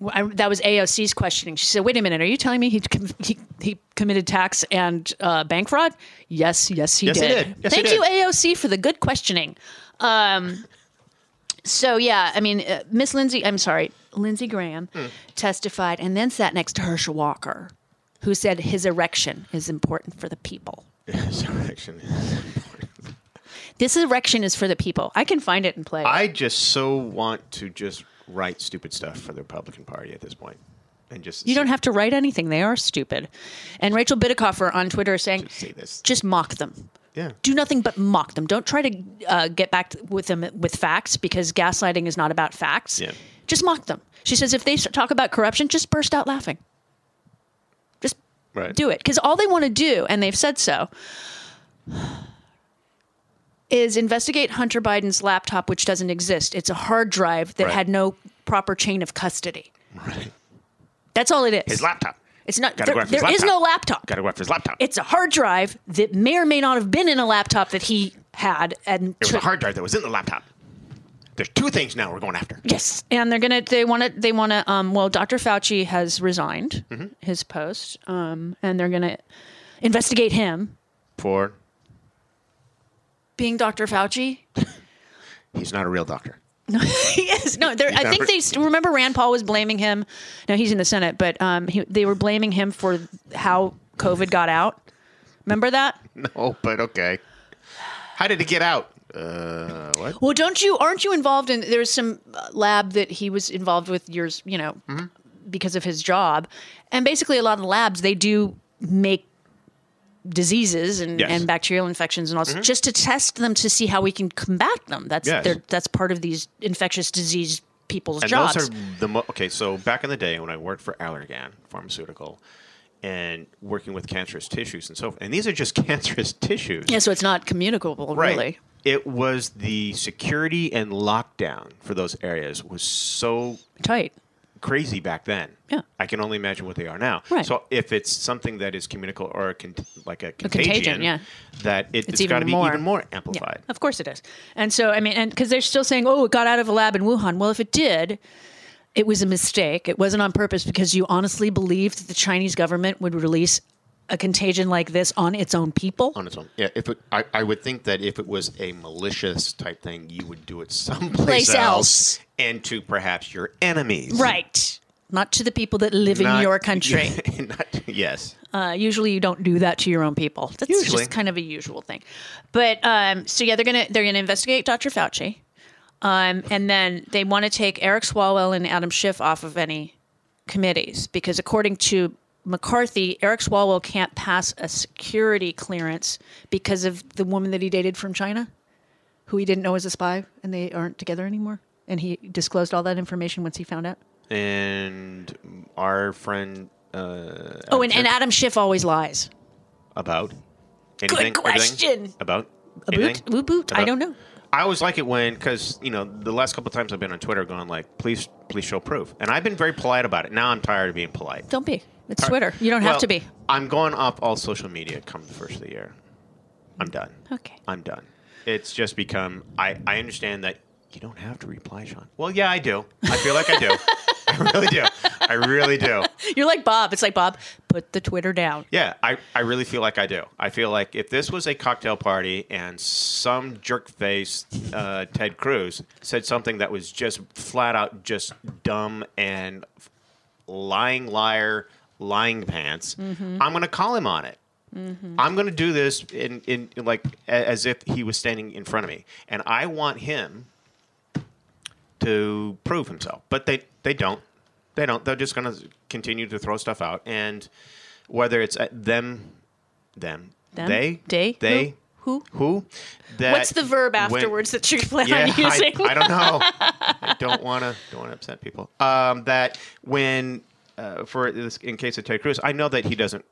Speaker 5: Well, I, that was AOC's questioning. She said, "Wait a minute, are you telling me he com- he, he committed tax and uh, bank fraud?" Yes, yes, he
Speaker 4: Yes, he
Speaker 5: did.
Speaker 4: did. Yes, he
Speaker 5: Thank
Speaker 4: did.
Speaker 5: you, AOC, for the good questioning. Um, so yeah, I mean, uh, Miss Lindsey, I'm sorry, Lindsey Graham
Speaker 4: Hmm.
Speaker 5: testified and then sat next to Herschel Walker, who said his erection is important for the people.
Speaker 4: Resurrection.
Speaker 5: This erection is for the people. I can find it and play. it.
Speaker 4: I just so want to just write stupid stuff for the Republican Party at this point, and just
Speaker 5: You don't have to write anything. They are stupid. And Rachel Bitticoffer on Twitter is saying,
Speaker 4: Just say this.
Speaker 5: just mock them.
Speaker 4: Yeah.
Speaker 5: Do nothing but mock them. Don't try to uh, get back t- with them with facts because gaslighting is not about facts.
Speaker 4: Yeah.
Speaker 5: Just mock them. She says, if they s- talk about corruption, just burst out laughing. Just
Speaker 4: Right.
Speaker 5: do it. Because all they want to do, and they've said so, is investigate Hunter Biden's laptop, which doesn't exist. It's a hard drive that
Speaker 4: Right.
Speaker 5: had no proper chain of custody.
Speaker 4: Right.
Speaker 5: That's all it is.
Speaker 4: His laptop.
Speaker 5: It's not.
Speaker 4: Gotta
Speaker 5: There,
Speaker 4: go after his
Speaker 5: there is
Speaker 4: laptop.
Speaker 5: no laptop.
Speaker 4: Got to go after his laptop.
Speaker 5: It's a hard drive that may or may not have been in a laptop that he had, and
Speaker 4: it was a hard drive that was in the laptop. There's two things now we're going after.
Speaker 5: yes, and they're gonna. They want to. They want to. Um, well, Dr. Fauci has resigned
Speaker 4: Mm-hmm.
Speaker 5: his post, um, and they're gonna investigate him
Speaker 4: For
Speaker 5: being Dr. Fauci.
Speaker 4: he's not a real doctor.
Speaker 5: yes, no. They're, I think they st- remember Rand Paul was blaming him. No, he's in the Senate, but um, he, they were blaming him for how COVID got out. Remember that?
Speaker 4: No, but okay. How did it get out? Uh, what?
Speaker 5: Well, don't you? Aren't you involved in? There's some uh, lab that he was involved with years, you know,
Speaker 4: Mm-hmm.
Speaker 5: because of his job, and basically a lot of the labs they do make diseases and,
Speaker 4: Yes. Mm-hmm.
Speaker 5: and bacterial infections and all just to test them to see how we can combat them. That's
Speaker 4: Yes.
Speaker 5: their, that's part of these infectious disease people's
Speaker 4: And
Speaker 5: jobs.
Speaker 4: those are the mo- okay. So back in the day when I worked for Allergan Pharmaceutical, and working with cancerous tissues and so, forth, and these are just cancerous tissues.
Speaker 5: yeah, so it's not communicable,
Speaker 4: Right.
Speaker 5: really.
Speaker 4: it was the security and lockdown for those areas was so
Speaker 2: Tight.
Speaker 4: crazy back then.
Speaker 2: Yeah.
Speaker 4: I can only imagine what they are now.
Speaker 2: Right.
Speaker 4: So if it's something that is communicable or a con- like a contagion,
Speaker 5: contagion, yeah.
Speaker 4: that it, it's
Speaker 5: even
Speaker 4: got to be
Speaker 5: more.
Speaker 4: even more
Speaker 2: Yeah,
Speaker 4: amplified.
Speaker 2: of course it is. And so, I mean, and because they're still saying, oh, it got out of a lab in Wuhan. Well, if it did,
Speaker 5: It was a mistake. It wasn't on purpose because you honestly believed that the Chinese government would release a contagion like this on its own people.
Speaker 4: On its own, yeah. If it, I, I would think that if it was a malicious type thing, you would do it someplace
Speaker 5: Place
Speaker 4: else,
Speaker 5: else.
Speaker 4: and to perhaps your enemies,
Speaker 5: Right. Not to the people that live in
Speaker 4: Not-
Speaker 5: your country.
Speaker 4: Not- yes,
Speaker 5: Uh, usually you don't do that to your own people. That's
Speaker 4: Usually.
Speaker 5: just kind of a usual thing. But um, so yeah, they're gonna they're gonna investigate Dr. Fauci, um, and then they want to take Eric Swalwell and Adam Schiff off of any committees because according to McCarthy, Eric Swalwell can't pass a security clearance because of the woman that he dated from China, who he didn't know was a spy, and they aren't together anymore. And he disclosed all that information once he found out.
Speaker 4: and our friend uh,
Speaker 5: Oh, and, and Adam Schiff always lies.
Speaker 4: about anything, everything?
Speaker 5: question.
Speaker 4: about
Speaker 5: Boot,
Speaker 4: anything?
Speaker 5: woo boot. I
Speaker 4: About-
Speaker 5: don't know.
Speaker 4: I always like it when, because you know, the last couple of times I've been on Twitter, going like, "Please, please show proof," and I've been very polite about it. Now I'm tired of being polite.
Speaker 5: Don't be. It's Twitter. You don't
Speaker 4: Well,
Speaker 5: have to be.
Speaker 4: I'm going off all social media come the first of the year. I'm done.
Speaker 5: Okay.
Speaker 4: I'm done. It's just become. I I understand that you don't have to reply, Sean. Well, yeah, I do. I feel like I do. I really do. I really do.
Speaker 5: You're like Bob. It's like Bob, put the Twitter down.
Speaker 4: Yeah, I, I really feel like I do. I feel like if this was a cocktail party and some jerk face, uh, Ted Cruz, said something that was just flat out just dumb and f- lying liar, lying pants,
Speaker 5: Mm-hmm.
Speaker 4: I'm going to call him on it. I'm going to do this in, in like a- as if he was standing in front of me. And I want him to prove himself. But they, they don't. They don't. They're just going to continue to throw stuff out. And whether it's uh, them, them,
Speaker 5: Them?
Speaker 4: they,
Speaker 5: They?
Speaker 4: they,
Speaker 5: Who?
Speaker 4: who, that
Speaker 5: What's the verb
Speaker 4: when-
Speaker 5: afterwards that you plan
Speaker 4: yeah,
Speaker 5: on using?
Speaker 4: I, I don't know. I don't want to don't want to upset people. Um, that when uh, for this in case of Ted Cruz, I know that he doesn't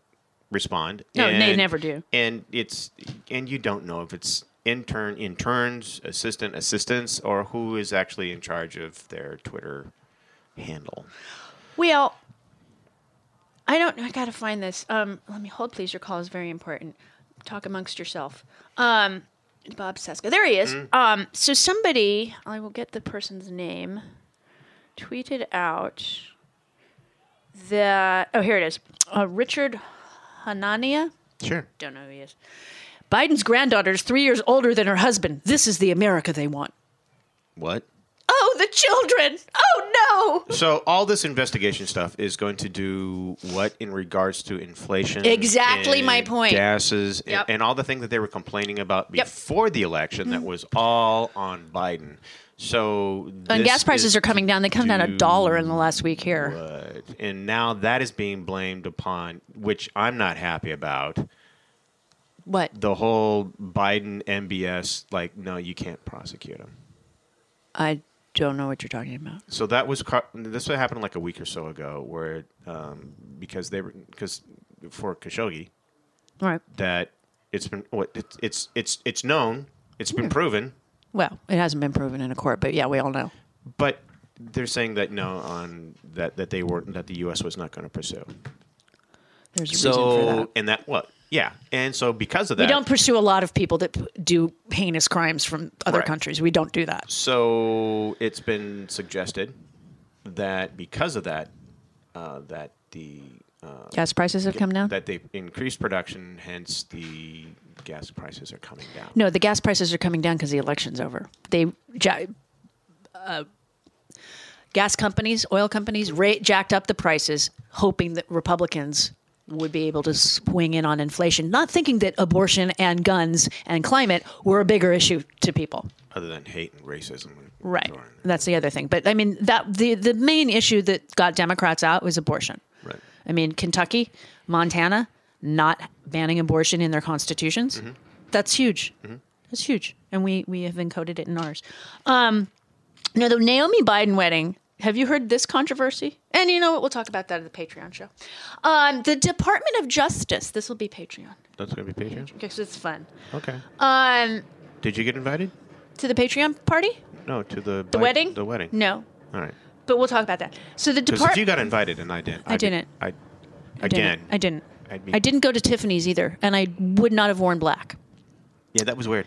Speaker 4: respond.
Speaker 5: No, they never do.
Speaker 4: And it's and you don't know if it's intern interns, assistant assistants, or who is actually in charge of their Twitter handle.
Speaker 5: well, I don't. I gotta find this. Um, let me hold, please. Your call is very important. Talk amongst yourself. Um, Bob Seska. There he is. Um, so somebody, I will get the person's name, tweeted out that. Oh, here it is. Uh, Richard Hanania.
Speaker 4: Sure.
Speaker 5: Don't know who he is. Biden's granddaughter is three years older than her husband. This is the America they want.
Speaker 4: What?
Speaker 5: Oh, the children. Oh, no.
Speaker 4: So all this investigation stuff is going to do what in regards to inflation?
Speaker 5: Exactly
Speaker 4: and
Speaker 5: my point.
Speaker 4: Gases and,
Speaker 5: Yep.
Speaker 4: and all the things that they were complaining about
Speaker 5: Yep. Mm-hmm.
Speaker 4: before the election that was all on Biden. So
Speaker 5: And gas prices are coming down. They come down a dollar in the last week here.
Speaker 4: and now that is being blamed upon, which I'm not happy about.
Speaker 5: What?
Speaker 4: The whole Biden MBS, like, no, you can't prosecute him.
Speaker 5: I don't know what you're talking about.
Speaker 4: So that was car- this what happened like a week or so ago, where um, because they were because for Khashoggi,
Speaker 5: All right.
Speaker 4: that it's been what it's it's it's it's known, it's been proven,
Speaker 5: Well, it hasn't been proven in a court, but yeah, we all know.
Speaker 4: but they're saying that no on that that they weren't that the U.S. was not going to pursue.
Speaker 5: There's a reason for that.
Speaker 4: So and that what yeah and so because of that
Speaker 5: We don't pursue a lot of people that p- do heinous crimes from other
Speaker 4: Right.
Speaker 5: countries. We don't do that.
Speaker 4: so it's been suggested that because of that uh, that the uh,
Speaker 5: Gas prices have come down?
Speaker 4: that they increased production, hence the gas prices are coming down.
Speaker 5: No, the gas prices are coming down because the election's over. They, ja- uh, gas companies, oil companies, ra- jacked up the prices, hoping that Republicans would be able to swing in on inflation, not thinking that abortion and guns and climate were a bigger issue to people.
Speaker 4: Other than hate and racism,
Speaker 5: Right. That's the other thing. But I mean, that the the main issue that got Democrats out was abortion.
Speaker 4: Right.
Speaker 5: I mean, Kentucky, Montana, not banning abortion in their constitutions.
Speaker 4: Mm-hmm.
Speaker 5: That's huge. That's huge. And we we have encoded it in ours. Um, now the Naomi Biden wedding. Have you heard this controversy? And you know what? We'll talk about that in the Patreon show. Um, the Department of Justice. This will be Patreon
Speaker 4: That's going to be Patreon.
Speaker 5: because it's fun.
Speaker 4: Okay.
Speaker 5: Um,
Speaker 4: Did you get invited?
Speaker 2: To the Patreon party?
Speaker 4: No, to the
Speaker 2: The wedding?
Speaker 4: The wedding.
Speaker 2: No.
Speaker 4: All right.
Speaker 2: But we'll talk about that. So the
Speaker 4: Because
Speaker 2: department.
Speaker 4: if you got invited and I didn't, I
Speaker 5: didn't.
Speaker 4: I
Speaker 5: didn't.
Speaker 4: again.
Speaker 5: I didn't.
Speaker 4: I'd be-
Speaker 5: I didn't go to Tiffany's either, and I would not have worn black.
Speaker 4: Yeah, that was weird.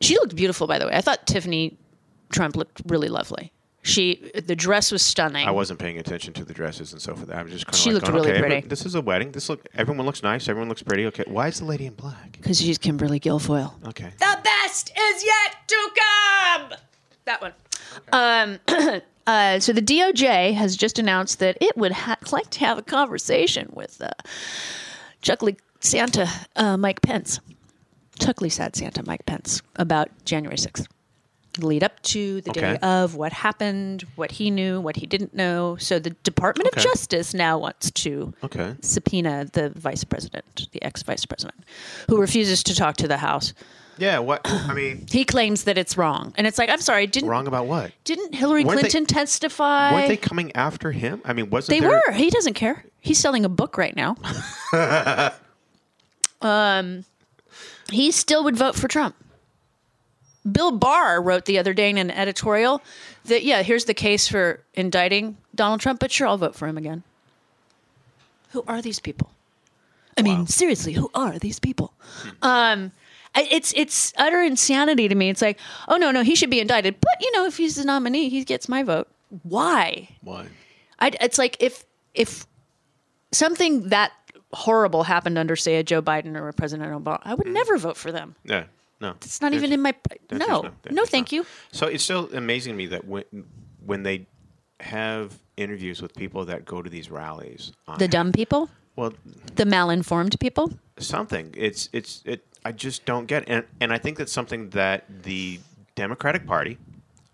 Speaker 5: She looked beautiful, by the way. I thought Tiffany Trump looked really lovely. She the dress was stunning.
Speaker 4: I wasn't paying attention to the dresses and so forth. I was just kind of
Speaker 5: She
Speaker 4: like
Speaker 5: looked
Speaker 4: going,
Speaker 5: really
Speaker 4: okay, everyone-
Speaker 5: pretty.
Speaker 4: This is a wedding. This look. Everyone looks nice. Everyone looks pretty. Okay, why is the lady in black?
Speaker 5: because she's Kimberly Guilfoyle.
Speaker 4: Okay.
Speaker 5: The best is yet to come. That one. Um, uh, so the DOJ has just announced that it would ha- like to have a conversation with uh, Chuckly Santa uh, Mike Pence, Chuckly Sad Santa Mike Pence about January 6th. Lead up to the day
Speaker 4: Okay.
Speaker 5: of what happened, what he knew, what he didn't know. So the Department
Speaker 4: Okay.
Speaker 5: of Justice now wants to
Speaker 4: Okay.
Speaker 5: subpoena the vice president, the ex vice president, who refuses to talk to the House.
Speaker 4: Yeah. What? I mean,
Speaker 5: He claims that it's wrong, and it's like, I'm sorry, didn't
Speaker 4: wrong about what?
Speaker 5: didn't Hillary
Speaker 4: Weren't they-
Speaker 5: Clinton testify?
Speaker 4: Weren't they coming after him? I mean, wasn't
Speaker 5: They
Speaker 4: there,
Speaker 5: were. He doesn't care. He's selling a book right now. um, he still would vote for Trump. Bill Barr wrote the other day in an editorial that yeah, here's the case for indicting Donald Trump, but sure, I'll vote for him again. Who are these people? I mean, seriously, who are these people? Um, I- it's it's utter insanity to me. It's like, oh no, no, he should be indicted, but you know, if he's the nominee, he gets my vote. Why?
Speaker 4: Why?
Speaker 5: i it's like if if something that horrible happened under, say, a Joe Biden or a President Obama, I
Speaker 4: Mm.
Speaker 5: would never vote for them.
Speaker 4: Yeah. No.
Speaker 5: It's not even in my
Speaker 4: That's just
Speaker 5: no,
Speaker 4: that's
Speaker 5: no,
Speaker 4: just
Speaker 5: thank
Speaker 4: not.
Speaker 5: you.
Speaker 4: So it's still amazing to me that when when they have interviews with people that go to these rallies, on,
Speaker 5: The dumb people,
Speaker 4: well,
Speaker 5: the malinformed people.
Speaker 4: something. It's it's it. I just don't get, it. and and I think that's something that the Democratic Party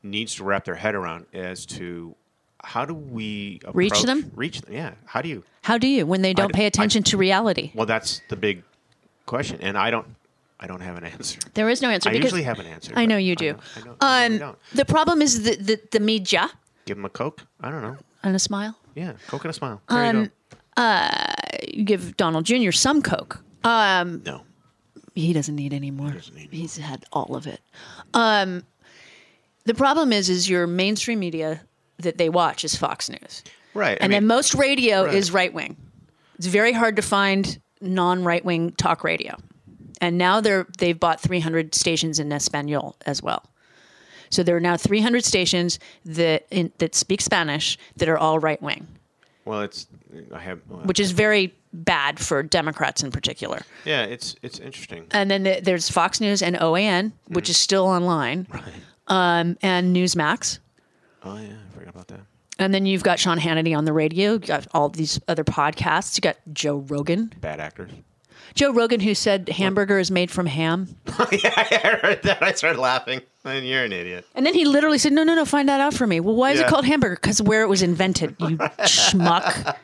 Speaker 4: needs to wrap their head around as to how do we
Speaker 5: Reach
Speaker 4: approach-
Speaker 5: them?
Speaker 4: Reach them, yeah. How do you?
Speaker 5: How do you when they don't
Speaker 4: d-
Speaker 5: pay
Speaker 4: I-
Speaker 5: attention to reality?
Speaker 4: Well, that's the big question, and I don't, I don't have an answer.
Speaker 5: There is no answer.
Speaker 4: I
Speaker 5: because
Speaker 4: usually have an answer.
Speaker 5: I know
Speaker 4: but
Speaker 5: you do.
Speaker 4: I, know, I, know, I
Speaker 5: um,
Speaker 4: don't.
Speaker 5: the problem is the, the the media
Speaker 4: Give them a coke. I don't know.
Speaker 5: and a smile. Um, uh,
Speaker 4: Yeah, coke and a smile. There you
Speaker 5: You give Donald Jr. some coke.
Speaker 4: go. No.
Speaker 5: he doesn't need any more. He's had all of it. Um, the problem is, is your mainstream media that they watch is Fox News,
Speaker 4: Right. I
Speaker 5: and then
Speaker 4: mean,
Speaker 5: most radio
Speaker 4: Right.
Speaker 5: is right wing. It's very hard to find non right wing talk radio, and now they're they've bought 300 stations in Espanol as well. So there are now 300 stations that in, that speak Spanish that are all right wing,
Speaker 4: well, it's I have. Well,
Speaker 5: which is very bad for Democrats in particular.
Speaker 4: yeah, it's it's interesting.
Speaker 5: and then the, there's Fox News and OAN, which is still online, um, and Newsmax.
Speaker 4: Oh yeah, I forgot about that.
Speaker 5: And then you've got Sean Hannity on the radio. You got all these other podcasts. You got Joe Rogan.
Speaker 4: Bad actors.
Speaker 5: Joe Rogan, who said hamburger is made from ham.
Speaker 4: yeah, I heard that. I started laughing. And you're an idiot.
Speaker 5: And then he literally said, No, no, no, find that out for me. Well, why is it
Speaker 4: Yeah.
Speaker 5: called hamburger? Because where it was invented, you schmuck.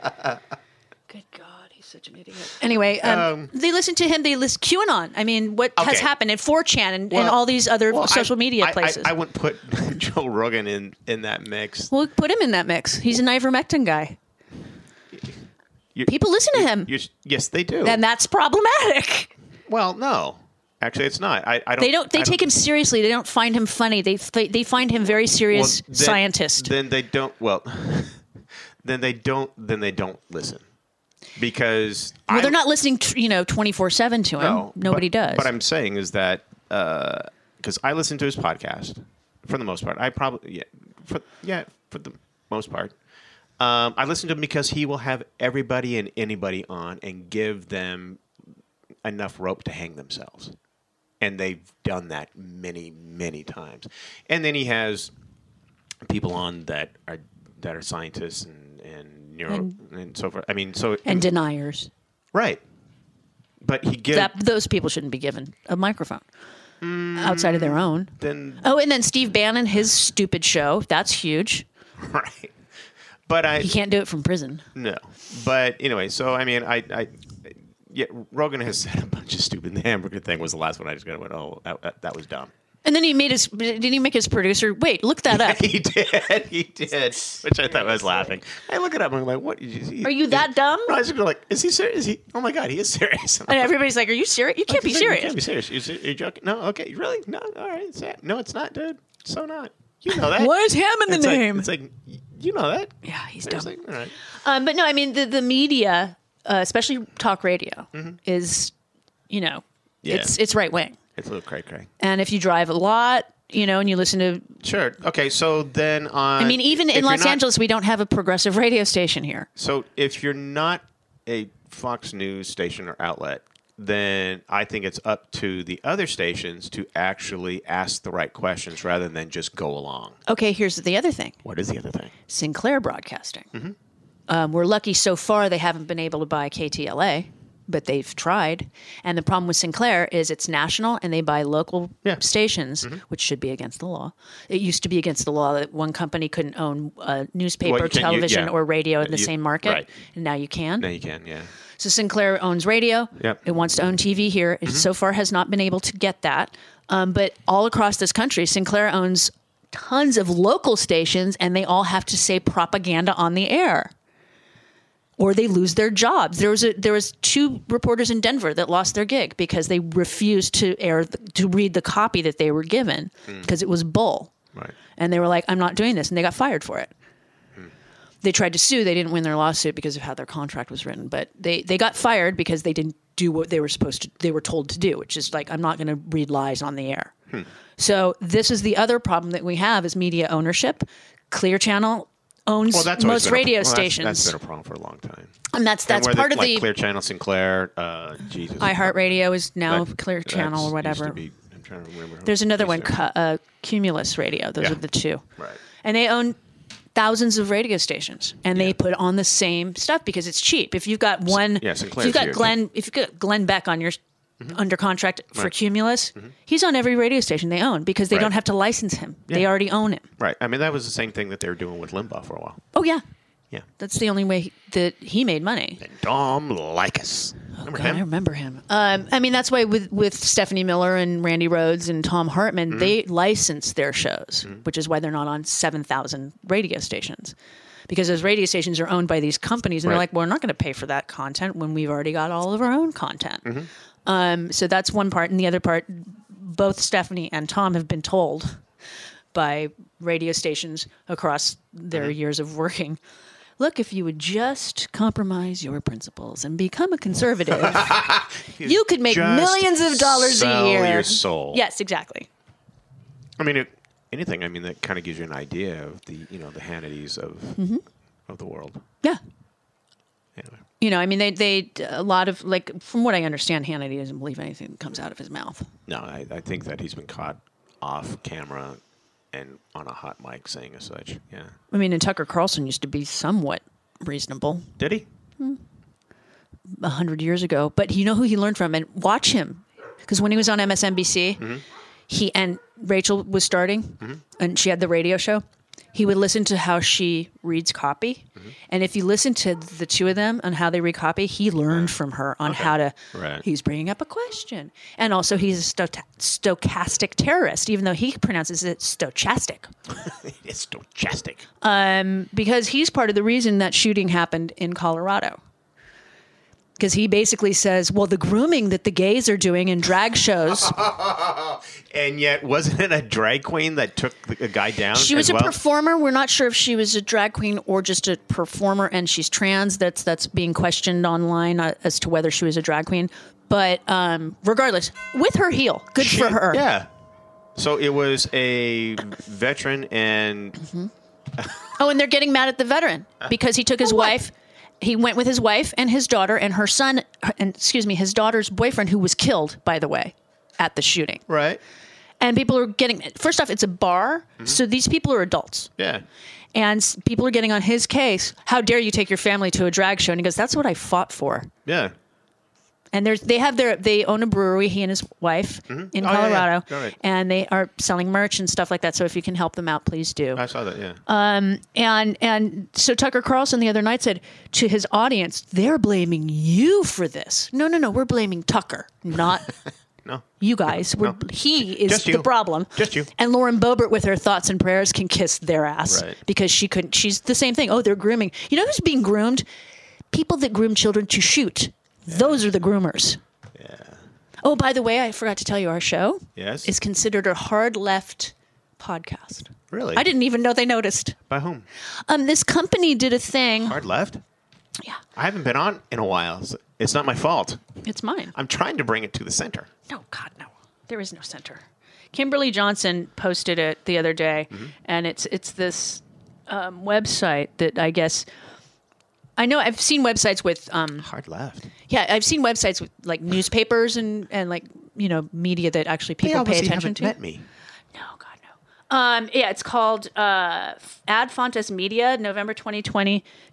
Speaker 5: Good God, he's such an idiot. Anyway, um, they listen to him. They list QAnon. I mean, what has
Speaker 4: Okay.
Speaker 5: happened at 4chan and, and
Speaker 4: Well-
Speaker 5: all these other
Speaker 4: Well, I-
Speaker 5: social media
Speaker 4: I- I-
Speaker 5: places?
Speaker 4: I, wouldn't put Joe Rogan in in that mix.
Speaker 5: Well, put him in that mix. He's an ivermectin guy.
Speaker 4: You-
Speaker 5: People listen to him,
Speaker 4: You're, yes, they do.
Speaker 5: and that's problematic.
Speaker 4: well, no, actually, it's not. I, I don't.
Speaker 5: They don't. They
Speaker 4: I
Speaker 5: take him seriously. They don't find him funny. They they, they find him very
Speaker 4: Well,
Speaker 5: serious
Speaker 4: then-
Speaker 5: scientist.
Speaker 4: Then they don't. Well, then they don't. Then they don't listen because
Speaker 5: well,
Speaker 4: I,
Speaker 5: they're not listening, t you know, twenty four seven to him.
Speaker 4: No,
Speaker 5: Nobody
Speaker 4: but-
Speaker 5: does.
Speaker 4: What I'm saying is that because I listen to his podcast for the most part. I probably yeah for yeah for the most part. Um, I listen to him because he will have everybody and anybody on and give them enough rope to hang themselves, and they've done that many many times. And then he has people on that are that are scientists and and neuro and, so forth. I mean, so
Speaker 5: and deniers.
Speaker 4: right. But he gives
Speaker 5: That those people shouldn't be given a microphone outside of their own.
Speaker 4: then
Speaker 5: Oh, and then Steve Bannon, his stupid show. That's huge.
Speaker 4: right but i
Speaker 5: He can't do it from prison.
Speaker 4: no but anyway so i mean i i yeah rogan has said a bunch of stupid the hamburger thing was the last one i just got went oh that, that was dumb
Speaker 5: And then he made his. Did he make his producer wait? Look that up.
Speaker 4: He did. He did. Which I thought was laughing. I look it up and I'm like, what? Is he,
Speaker 5: Are you that dumb?
Speaker 4: No, I was just like, is he serious? Is he? Oh my God, he is serious.
Speaker 5: And everybody's like, "Are you serious? You can't be
Speaker 4: He's like, You
Speaker 5: serious."
Speaker 4: can't be serious. You ser- You're joking? No, okay. Really? No, all right. It's that. No, it's not, dude. So not. You know that.
Speaker 5: Where's him in the
Speaker 4: It's like-
Speaker 5: name?
Speaker 4: it's like, y- you know that.
Speaker 5: yeah, he's
Speaker 4: I
Speaker 5: dumb.
Speaker 4: was like, all right.
Speaker 5: Um, but no, I mean the the media, uh, especially talk radio, is you know
Speaker 4: Mm-hmm. Yeah.
Speaker 5: it's it's right wing.
Speaker 4: It's a little cray cray.
Speaker 5: And if you drive a lot, you know, and you listen to,
Speaker 4: Sure. Okay. So then uh, on.
Speaker 5: I mean, even in Los Angeles, we don't have a progressive radio station here.
Speaker 4: So if you're not a Fox News station or outlet, then I think it's up to the other stations to actually ask the right questions rather than just go along.
Speaker 5: Okay, here's the other thing.
Speaker 4: What is the other thing?
Speaker 5: Sinclair Broadcasting.
Speaker 4: Mm-hmm.
Speaker 5: Um, we're lucky so far they haven't been able to buy KTLA, but they've tried. And the problem with Sinclair is it's national and they buy local
Speaker 4: Yeah. Mm-hmm.
Speaker 5: stations, which should be against the law. It used to be against the law that one company couldn't own a newspaper,
Speaker 4: Well, you can- you-
Speaker 5: television,
Speaker 4: yeah.
Speaker 5: or radio in the
Speaker 4: You-
Speaker 5: same market.
Speaker 4: right.
Speaker 5: And now you can.
Speaker 4: No, you can. Yeah.
Speaker 5: So Sinclair owns radio.
Speaker 4: Yep.
Speaker 5: It wants to own TV here. It so far has not been able to get that. Um, but all across this country, Sinclair owns tons of local stations and they all have to say propaganda on the air. Or they lose their jobs. There was a, there was two reporters in Denver that lost their gig because they refused to air the, to read the copy that they were given because it was bull
Speaker 4: Right.
Speaker 5: and they were like, "I'm not doing this," and they got fired for it.
Speaker 4: Hmm.
Speaker 5: They tried to sue. They didn't win their lawsuit because of how their contract was written, but they they got fired because they didn't do what they were supposed to. They were told to do, which is like, "I'm not going to read lies on the air."
Speaker 4: Hmm.
Speaker 5: So this is the other problem that we have is media ownership. Clear Channel owns
Speaker 4: Well, that's always
Speaker 5: most
Speaker 4: been a-
Speaker 5: radio
Speaker 4: well, that's-
Speaker 5: stations,
Speaker 4: that's been a problem for a long time.
Speaker 5: and that's that's
Speaker 4: and where
Speaker 5: part
Speaker 4: the,
Speaker 5: of
Speaker 4: like
Speaker 5: the
Speaker 4: Clear Channel, Sinclair, uh, Jesus.
Speaker 5: iHeartRadio is now
Speaker 4: That-
Speaker 5: Clear
Speaker 4: that's-
Speaker 5: Channel or
Speaker 4: used
Speaker 5: whatever.
Speaker 4: to be- I'm trying to remember. who-
Speaker 5: There's another
Speaker 4: used
Speaker 5: one,
Speaker 4: to-
Speaker 5: Cu- uh, Cumulus Radio. Those
Speaker 4: Yeah.
Speaker 5: are the two.
Speaker 4: Right.
Speaker 5: And they own thousands of radio stations, and they put on the same stuff because it's cheap. If you've got one,
Speaker 4: yeah,
Speaker 5: if
Speaker 4: Sinclair's
Speaker 5: you've got
Speaker 4: huge,
Speaker 5: Glenn, if you've got Glenn Beck on your under contract for
Speaker 4: Mm-hmm. Right. Mm-hmm.
Speaker 5: Cumulus, he's on every radio station they own because they
Speaker 4: Right.
Speaker 5: don't have to license him. They
Speaker 4: Yeah.
Speaker 5: already own him.
Speaker 4: Right. I mean, that was the same thing that they were doing with Limbaugh for a while.
Speaker 5: Oh yeah,
Speaker 4: Yeah.
Speaker 5: that's the only way he- that he made money.
Speaker 4: And Dom Likas. Remember
Speaker 5: God, I
Speaker 4: him?
Speaker 5: remember him. Um, I mean, that's why with with Stephanie Miller and Randy Rhodes and Tom Hartman,
Speaker 4: Mm-hmm.
Speaker 5: they license their shows, which is why they're not on seven thousand radio stations, because those radio stations are owned by these companies, and they're
Speaker 4: Right.
Speaker 5: like, we're not going to pay for that content when we've already got all of our own content.
Speaker 4: Mm-hmm.
Speaker 5: Um, so that's one part, and the other part, both Stephanie and Tom have been told by radio stations across their
Speaker 4: Mm-hmm.
Speaker 5: years of working. Look, if you would just compromise your principles and become a conservative, you could make
Speaker 4: Just
Speaker 5: millions of dollars
Speaker 4: sell
Speaker 5: a year.
Speaker 4: your soul.
Speaker 5: Yes, exactly.
Speaker 4: I mean, if anything, I mean, that kind of gives you an idea of the, you know, the Hannity's of
Speaker 5: Mm-hmm.
Speaker 4: of the world.
Speaker 5: Yeah.
Speaker 4: Anyway.
Speaker 5: You know, I mean, they, they, a lot of, like, from what I understand, Hannity doesn't believe anything that comes out of his mouth.
Speaker 4: No, I, I think that he's been caught off camera and on a hot mic saying as such. Yeah.
Speaker 5: I mean, and Tucker Carlson used to be somewhat reasonable
Speaker 4: Did he?
Speaker 5: a hundred years ago, but you know who he learned from and watch him. Because when he was on MSNBC, he and Rachel was starting and she had the radio show. He would listen to how she reads copy. And if you listen to the two of them on how they read copy, he learned from her on how to,
Speaker 4: Right.
Speaker 5: he's bringing up a question. And also, he's a sto- stochastic terrorist, even though he pronounces it stochastic
Speaker 4: It's stochastic.
Speaker 5: Um, because he's part of the reason that shooting happened in Colorado. Because he basically says, well, the grooming that the gays are doing in drag shows.
Speaker 4: And yet, wasn't it a drag queen that took the, a guy down?
Speaker 5: She was
Speaker 4: as
Speaker 5: a
Speaker 4: well?
Speaker 5: performer. We're not sure if she was a drag queen or just a performer, and she's trans. That's that's being questioned online uh, as to whether she was a drag queen. But um, regardless, with her heel, good for her.
Speaker 4: Yeah. So it was a veteran and
Speaker 5: Oh, and they're getting mad at the veteran
Speaker 4: Uh-huh.
Speaker 5: because he took his wife. He went with his wife and his daughter and her son, and excuse me, his daughter's boyfriend, who was killed, by the way, at the shooting.
Speaker 4: right.
Speaker 5: And people are getting, first off, it's a bar.
Speaker 4: Mm-hmm.
Speaker 5: So these people are adults.
Speaker 4: Yeah.
Speaker 5: And s- people are getting on his case. How dare you take your family to a drag show? And he goes, That's what I fought for.
Speaker 4: Yeah.
Speaker 5: And there's, they have their, they own a brewery, he and his wife in
Speaker 4: Oh, yeah, yeah.
Speaker 5: Colorado.
Speaker 4: All right.
Speaker 5: And they are selling merch and stuff like that. So if you can help them out, please do.
Speaker 4: I saw that. Yeah.
Speaker 2: Uh,
Speaker 5: And and so Tucker Carlson the other night said to his audience, "They're blaming you for this." No, no, no, we're blaming Tucker, not
Speaker 4: No.
Speaker 5: You guys were.
Speaker 4: No.
Speaker 5: He is
Speaker 4: Just you.
Speaker 5: the problem.
Speaker 4: Just you.
Speaker 5: And Lauren Boebert, with her thoughts and prayers, can kiss their ass
Speaker 4: Right.
Speaker 5: because she couldn't. She's the same thing. Oh, they're grooming. You know who's being groomed? People that groom children to shoot. Those are the groomers. Yeah. Oh, by the way, I forgot to tell you, our show
Speaker 4: Yes?
Speaker 5: is considered a hard left podcast.
Speaker 4: Really?
Speaker 5: I didn't even know they noticed.
Speaker 4: By whom?
Speaker 5: Um, this company did a thing.
Speaker 4: Hard left?
Speaker 5: Yeah,
Speaker 4: I haven't been on in a while. so It's not my fault.
Speaker 5: it's mine.
Speaker 4: I'm trying to bring it to the center.
Speaker 5: No, God, no.
Speaker 2: There is no center. Kimberly Johnson posted it the other day,
Speaker 4: Mm-hmm.
Speaker 2: and it's it's this um, website that I guess I know I've seen websites with um,
Speaker 4: Hard left.
Speaker 5: Yeah, I've seen websites with like newspapers and and like you know media that actually
Speaker 4: They
Speaker 5: people pay
Speaker 4: obviously
Speaker 5: attention
Speaker 4: haven't
Speaker 5: to.
Speaker 4: met me.
Speaker 2: no God no um, yeah it's called uh, Ad Fontes Media November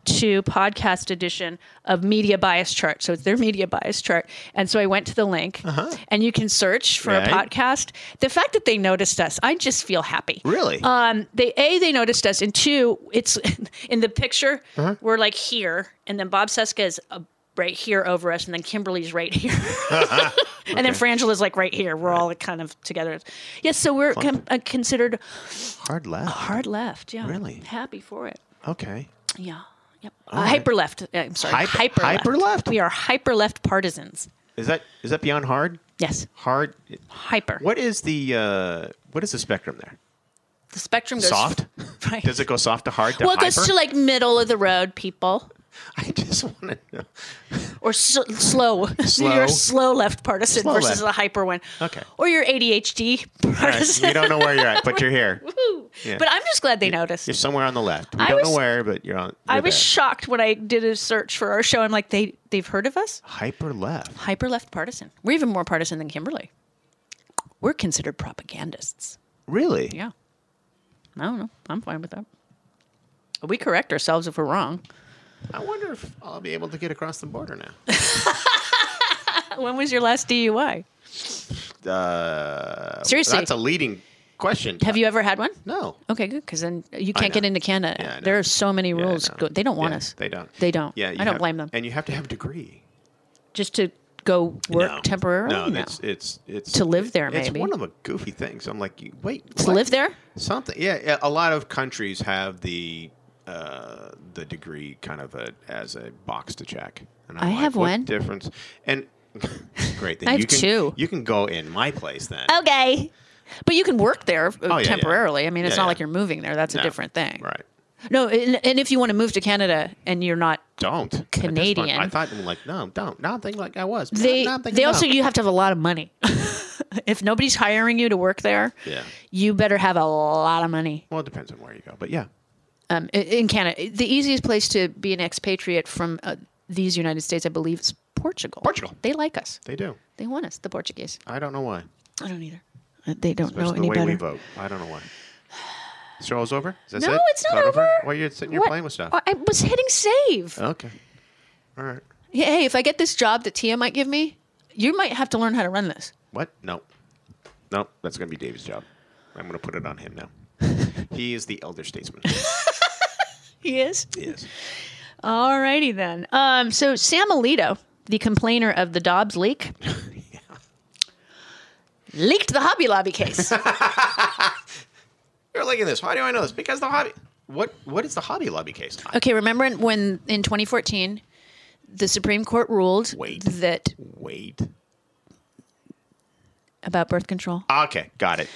Speaker 2: 2022 podcast edition of Media Bias Chart. So it's their media bias chart, and so I went to the link, and you can search for a
Speaker 4: Uh-huh. Right.
Speaker 2: podcast. The fact that they noticed us, I just feel happy.
Speaker 4: Really?
Speaker 2: Um, they a they noticed us, and two, it's in the picture.
Speaker 4: Uh-huh.
Speaker 2: We're like here, and then Bob Seska is uh, right here over us, and then Kimberly's right here, and then Frangela's like right here. We're all kind of together. Yes, so we're com- uh, considered
Speaker 4: Hard left.
Speaker 2: uh, hard left. Yeah,
Speaker 4: Really?
Speaker 2: happy for it.
Speaker 4: Okay.
Speaker 2: Yeah. Yep. Uh, hyper left. Uh, I'm sorry.
Speaker 4: Hyper-
Speaker 2: hyper
Speaker 4: hyper left?
Speaker 2: We are hyper left partisans.
Speaker 4: Is that is that beyond hard?
Speaker 2: Yes.
Speaker 4: Hard.
Speaker 2: Hyper.
Speaker 4: What is the uh, what is the spectrum there?
Speaker 2: The spectrum goes
Speaker 4: Soft.
Speaker 2: Right.
Speaker 4: Does it go soft to hard to
Speaker 2: Well, it goes
Speaker 4: hyper?
Speaker 2: to like middle of the road people
Speaker 4: I just want to know.
Speaker 2: or s slow.
Speaker 4: Slow.
Speaker 2: You're a slow left partisan
Speaker 4: Slow
Speaker 2: versus
Speaker 4: left.
Speaker 2: a hyper one.
Speaker 4: Okay.
Speaker 2: Or your ADHD
Speaker 4: All right,
Speaker 2: partisan.
Speaker 4: you don't know where you're at, but you're here.
Speaker 2: Woo.
Speaker 4: Yeah.
Speaker 2: But I'm just glad they noticed.
Speaker 4: You're somewhere on the left. We
Speaker 2: I
Speaker 4: don't know
Speaker 2: was-
Speaker 4: where, but you're on.
Speaker 2: I
Speaker 4: you're
Speaker 2: was
Speaker 4: there.
Speaker 2: shocked when I did a search for our show. I'm like, they they've heard of us?
Speaker 4: hyper left.
Speaker 2: Hyper left partisan. We're even more partisan than Kimberly. We're considered propagandists.
Speaker 4: Really?
Speaker 2: Yeah. I don't know. I'm fine with that. We correct ourselves if we're wrong.
Speaker 4: I wonder if I'll be able to get across the border now.
Speaker 2: When was your last DUI?
Speaker 4: uh,
Speaker 2: Seriously.
Speaker 4: that's a leading question.
Speaker 2: Have you ever had one?
Speaker 4: No.
Speaker 2: Okay, good. Because then you
Speaker 4: I
Speaker 2: can't
Speaker 4: know.
Speaker 2: get into Canada.
Speaker 4: Yeah, I know.
Speaker 2: there are so many
Speaker 4: Yeah,
Speaker 2: rules.
Speaker 4: no.
Speaker 2: Go- They don't want
Speaker 4: Yeah,
Speaker 2: us.
Speaker 4: They don't.
Speaker 2: They don't.
Speaker 4: Yeah,
Speaker 2: I
Speaker 4: you
Speaker 2: don't
Speaker 4: have-
Speaker 2: blame them.
Speaker 4: And you have to have a degree.
Speaker 2: Just to go work temporarily.
Speaker 4: No,
Speaker 2: No.
Speaker 4: that's it's it's
Speaker 2: To live there,
Speaker 4: It's
Speaker 2: maybe.
Speaker 4: one of the goofy things. I'm like, you- wait,
Speaker 2: to
Speaker 4: what?
Speaker 2: live there.
Speaker 4: Something. Yeah, yeah, a lot of countries have the uh, the degree kind of a, as a box to check. And I'm
Speaker 5: I
Speaker 4: like,
Speaker 5: have
Speaker 4: what
Speaker 5: one.
Speaker 4: difference. And great. Then
Speaker 5: I have
Speaker 4: you can,
Speaker 5: two.
Speaker 4: You can go in my place then.
Speaker 5: Okay.
Speaker 2: But you can work there uh,
Speaker 4: Oh, yeah, yeah.
Speaker 2: temporarily. I mean, it's not
Speaker 4: Yeah, yeah.
Speaker 2: like you're moving there. That's
Speaker 4: No.
Speaker 2: a different thing.
Speaker 4: Right.
Speaker 5: No, and, and if you want to move to Canada and you're not,
Speaker 4: Don't At this point,
Speaker 5: Canadian.
Speaker 4: I thought I'm like no, don't. Now I'm thinking like I was.
Speaker 5: they
Speaker 4: now I'm thinking
Speaker 5: they also
Speaker 4: no.
Speaker 5: you have to have a lot of money. if nobody's hiring you to work there,
Speaker 4: Yeah.
Speaker 5: you better have a lot of money.
Speaker 4: Well, it depends on where you go, but yeah.
Speaker 5: Um, i- in Canada, the easiest place to be an expatriate from uh, these United States, I believe, is Portugal.
Speaker 4: Portugal.
Speaker 5: They like us.
Speaker 4: They do.
Speaker 5: They want us. The Portuguese.
Speaker 4: I don't know why.
Speaker 5: I don't either. Uh, They don't
Speaker 4: Especially the
Speaker 5: know any
Speaker 4: way
Speaker 5: better.
Speaker 4: we vote. I don't know why. Is your all's over? Is this
Speaker 5: No,
Speaker 4: it?
Speaker 5: it's not
Speaker 4: that
Speaker 5: over.
Speaker 4: Well, you're sitting, you're
Speaker 5: What?
Speaker 4: playing with stuff.
Speaker 5: Oh, I I was hitting save.
Speaker 4: Okay. All right.
Speaker 5: Hey, if I get this job that Tia might give me, you might have to learn how to run this.
Speaker 4: What? No. No, that's going to be Dave's job. I'm going to put it on him now. he is the elder statesman.
Speaker 2: He is.
Speaker 4: yes.
Speaker 2: All righty then. Um, so Sam Alito, the complainer of the Dobbs leak,
Speaker 5: Leaked the Hobby Lobby case.
Speaker 4: You're liking this. Why do I know this? Because the hobby. What? What is the Hobby Lobby case? I-
Speaker 5: okay, remember in- when in 2014, the Supreme Court ruled
Speaker 4: Wait.
Speaker 5: that
Speaker 4: Wait.
Speaker 5: about birth control.
Speaker 4: Okay, got it.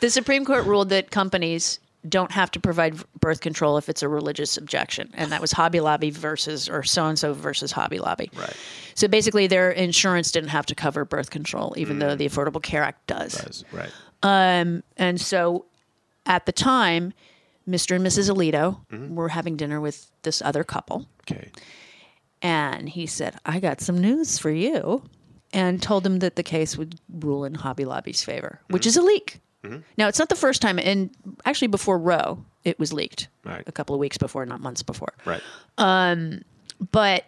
Speaker 5: The Supreme Court ruled that companies don't have to provide v- birth control if it's a religious objection, and that was Hobby Lobby versus or so and so versus Hobby Lobby.
Speaker 4: Right.
Speaker 5: So basically, their insurance didn't have to cover birth control, even
Speaker 4: Mm.
Speaker 5: though the Affordable Care Act does.
Speaker 4: That's right.
Speaker 5: And so at the time, Mr. and Mrs. Alito were having dinner with this other couple.
Speaker 4: Okay.
Speaker 5: And he said, I got some news for you. And told them that the case would rule in Hobby Lobby's favor, which is a leak. Now, it's not the first time. And actually, before Roe, it was leaked
Speaker 4: Right.
Speaker 5: a couple of weeks before, not months before.
Speaker 4: Right.
Speaker 5: But,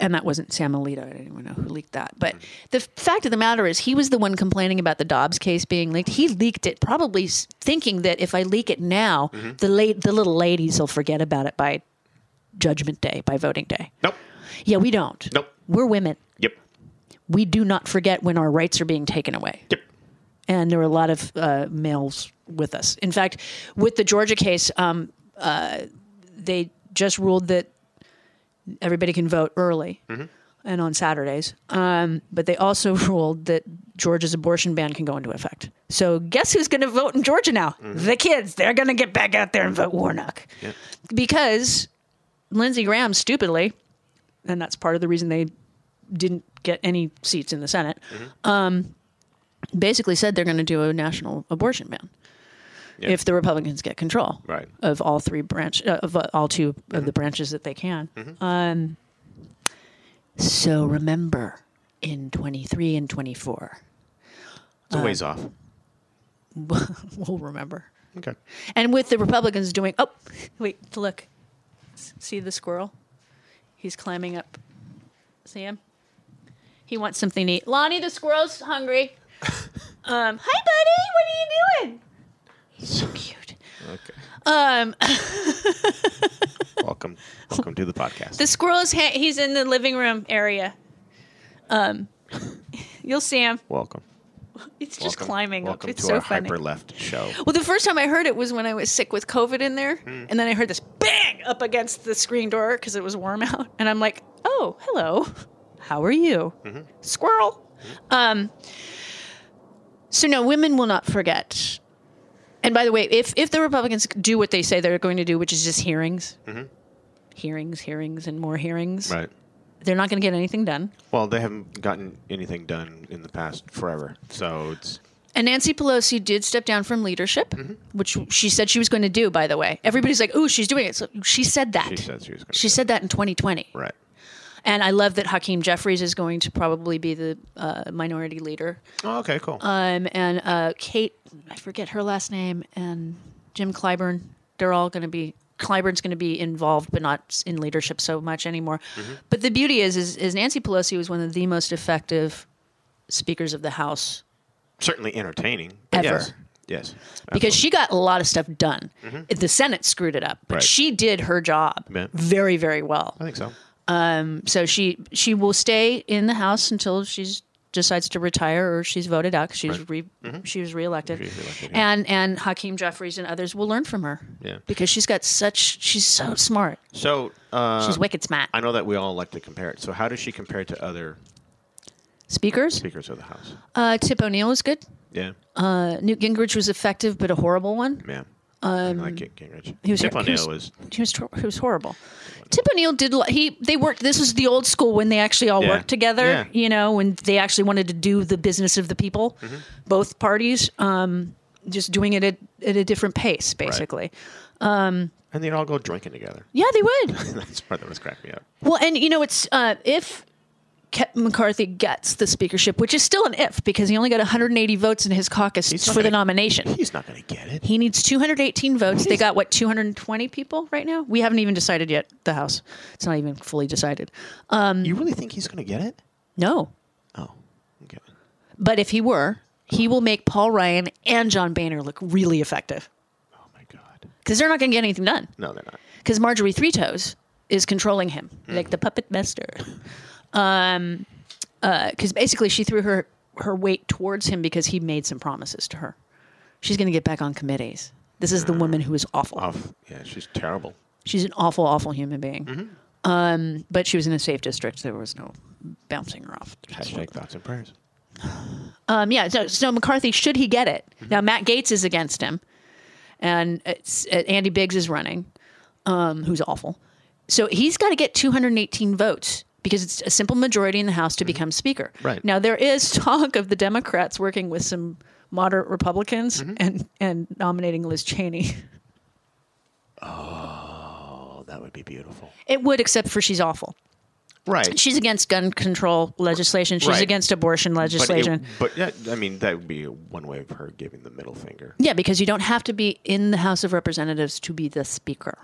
Speaker 5: and that wasn't Sam Alito. I didn't even know who leaked that. But the f- fact of the matter is, he was the one complaining about the Dobbs case being leaked. He leaked it, probably s- thinking that if I leak it now, the, la- the little ladies will forget about it by judgment day, by voting day.
Speaker 4: Nope.
Speaker 5: Yeah, we don't.
Speaker 4: Nope.
Speaker 5: We're women.
Speaker 4: Yep.
Speaker 5: we do not forget when our rights are being taken away.
Speaker 4: Yep.
Speaker 5: And there were a lot of uh, males with us. In fact, with the Georgia case, um, uh, they just ruled that everybody can vote early and on Saturdays. Um, but they also ruled that Georgia's abortion ban can go into effect. So guess who's going to vote in Georgia now? The kids. They're going to get back out there and vote Warnock because Lindsey Graham stupidly, and that's part of the reason they didn't get any seats in the Senate,
Speaker 4: Mm-hmm.
Speaker 5: um, basically said they're going to do a national abortion ban
Speaker 4: Yeah.
Speaker 5: if the Republicans get control
Speaker 4: Right. Mm-hmm.
Speaker 5: of all three branch uh, of uh, all 2 of the branches that they can. Um, so remember, in twenty three and twenty four,
Speaker 4: It's
Speaker 5: Uh,
Speaker 4: a ways off.
Speaker 5: we'll remember.
Speaker 4: Okay.
Speaker 5: And with the Republicans doing, oh, wait, look, S- see the squirrel? He's climbing up. See him? He wants something to eat. Lonnie, the squirrel's hungry. Um, hi, buddy. What are you doing? He's so cute.
Speaker 4: Okay.
Speaker 5: Um,
Speaker 4: Welcome. Welcome to the podcast.
Speaker 5: the squirrel is ha- he's in the living room area. Um, you'll see him.
Speaker 4: Welcome.
Speaker 5: He's just
Speaker 4: Welcome-
Speaker 5: climbing
Speaker 4: Welcome
Speaker 5: up. It's
Speaker 4: to
Speaker 5: so
Speaker 4: our
Speaker 5: funny.
Speaker 4: hyper left show.
Speaker 5: Well, the first time I heard it was when I was sick with COVID in there, and then I heard this bang up against the screen door because it was warm out, and I'm like, "Oh, hello, how are you, squirrel?" Um, so no, women will not forget. And by the way, if if the Republicans do what they say they're going to do, which is just hearings, hearings, hearings, and more hearings,
Speaker 4: Right.
Speaker 5: they're not going to get anything done.
Speaker 4: Well, they haven't gotten anything done in the past forever. So it's
Speaker 5: And Nancy Pelosi did step down from leadership,
Speaker 4: Mm-hmm.
Speaker 5: which she said she was going to do, by the way. Everybody's like, oh, she's doing it. So she said that.
Speaker 4: She said she was gonna
Speaker 5: She
Speaker 4: do
Speaker 5: said that in 2020.
Speaker 4: right.
Speaker 5: And I love that Hakeem Jeffries is going to probably be the uh, minority leader.
Speaker 4: Oh, okay, cool.
Speaker 5: Um, and uh, Kate, I forget her last name, and Jim Clyburn, they're all going to be. Clyburn's going to be involved, but not in leadership so much anymore.
Speaker 4: Mm-hmm.
Speaker 5: But the beauty is, is, is Nancy Pelosi was one of the most effective speakers of the House
Speaker 4: Certainly entertaining. but
Speaker 5: Ever.
Speaker 4: Yes. Yes.
Speaker 5: because she got a lot of stuff done. The Senate screwed it up,
Speaker 4: Mm-hmm.
Speaker 5: but
Speaker 4: Right.
Speaker 5: she did her job
Speaker 4: Yeah.
Speaker 5: very, very well.
Speaker 4: I think so.
Speaker 5: So she she will stay in the House until she's decides to retire or she's voted out 'cause she's re, she was reelected.
Speaker 4: She's Mm-hmm. reelected, yeah.
Speaker 5: And and Hakeem Jeffries and others will learn from her.
Speaker 4: Yeah.
Speaker 5: Because she's got such she's so smart.
Speaker 4: So uh,
Speaker 5: She's wicked smart.
Speaker 4: I know that we all like to compare it. So how does she compare to other
Speaker 5: Speakers?
Speaker 4: speakers of the House?
Speaker 5: Uh, Tip O'Neill was good.
Speaker 4: Yeah.
Speaker 5: Uh, Newt Gingrich was effective but a horrible one.
Speaker 4: yeah. Um, like Kit Gingrich.
Speaker 5: he was-
Speaker 4: Tip
Speaker 5: he
Speaker 4: O'Neill
Speaker 5: was-
Speaker 4: was
Speaker 5: He was tor- he was horrible. Tip O'Neill did li- he they worked. This was the old school when they actually all
Speaker 4: Yeah.
Speaker 5: worked together.
Speaker 4: Yeah.
Speaker 5: You know, when they actually wanted to do the business of the people,
Speaker 4: Mm-hmm.
Speaker 5: both parties, um, just doing it at, at a different pace, basically.
Speaker 4: and they'd all go drinking together.
Speaker 5: Yeah, they would.
Speaker 4: That's part that was cracking me up.
Speaker 5: well, and you know, it's uh, if. Ke- McCarthy gets the speakership, which is still an if because he only got 180 votes in his caucus
Speaker 4: He's
Speaker 5: for
Speaker 4: not
Speaker 5: the
Speaker 4: gonna-
Speaker 5: nomination.
Speaker 4: He's not going to get it.
Speaker 5: He needs 218 votes. They got what 220 people right now. We haven't even decided yet. The House, it's not even fully decided.
Speaker 4: You really think he's going to get it?
Speaker 5: No.
Speaker 4: Oh, okay.
Speaker 5: But if he were, he will make Paul Ryan and John Boehner look really effective
Speaker 4: Oh my God.
Speaker 5: because they're not going to get anything done
Speaker 4: No, they're not.
Speaker 5: because Marjorie Three Toes is controlling him like the puppet master. Um, because basically she threw her her weight towards him because he made some promises to her. She's going to get back on committees. This is the woman who is awful.
Speaker 4: Off. Yeah, she's terrible.
Speaker 5: She's an awful, awful human being. Um, but she was in a safe district. There was no bouncing her off.
Speaker 4: Hashtag thoughts and prayers.
Speaker 5: Um, yeah, so, so McCarthy, should he get it?
Speaker 4: Mm-hmm.
Speaker 5: Now, Matt Gates is against him, and it's, uh, Andy Biggs is running, um, who's awful. So he's got to get 218 votes because it's a simple majority in the House to become Speaker.
Speaker 4: Right.
Speaker 5: Now, there is talk of the Democrats working with some moderate Republicans
Speaker 4: Mm-hmm.
Speaker 5: and, and nominating Liz Cheney.
Speaker 4: Oh, that would be beautiful.
Speaker 5: It would, except for she's awful.
Speaker 4: Right.
Speaker 5: She's against gun control legislation, she's
Speaker 4: Right.
Speaker 5: against abortion
Speaker 4: but,
Speaker 5: legislation.
Speaker 4: it, but yeah, I mean, that would be one way of her giving the middle finger.
Speaker 5: Yeah, because you don't have to be in the House of Representatives to be the Speaker.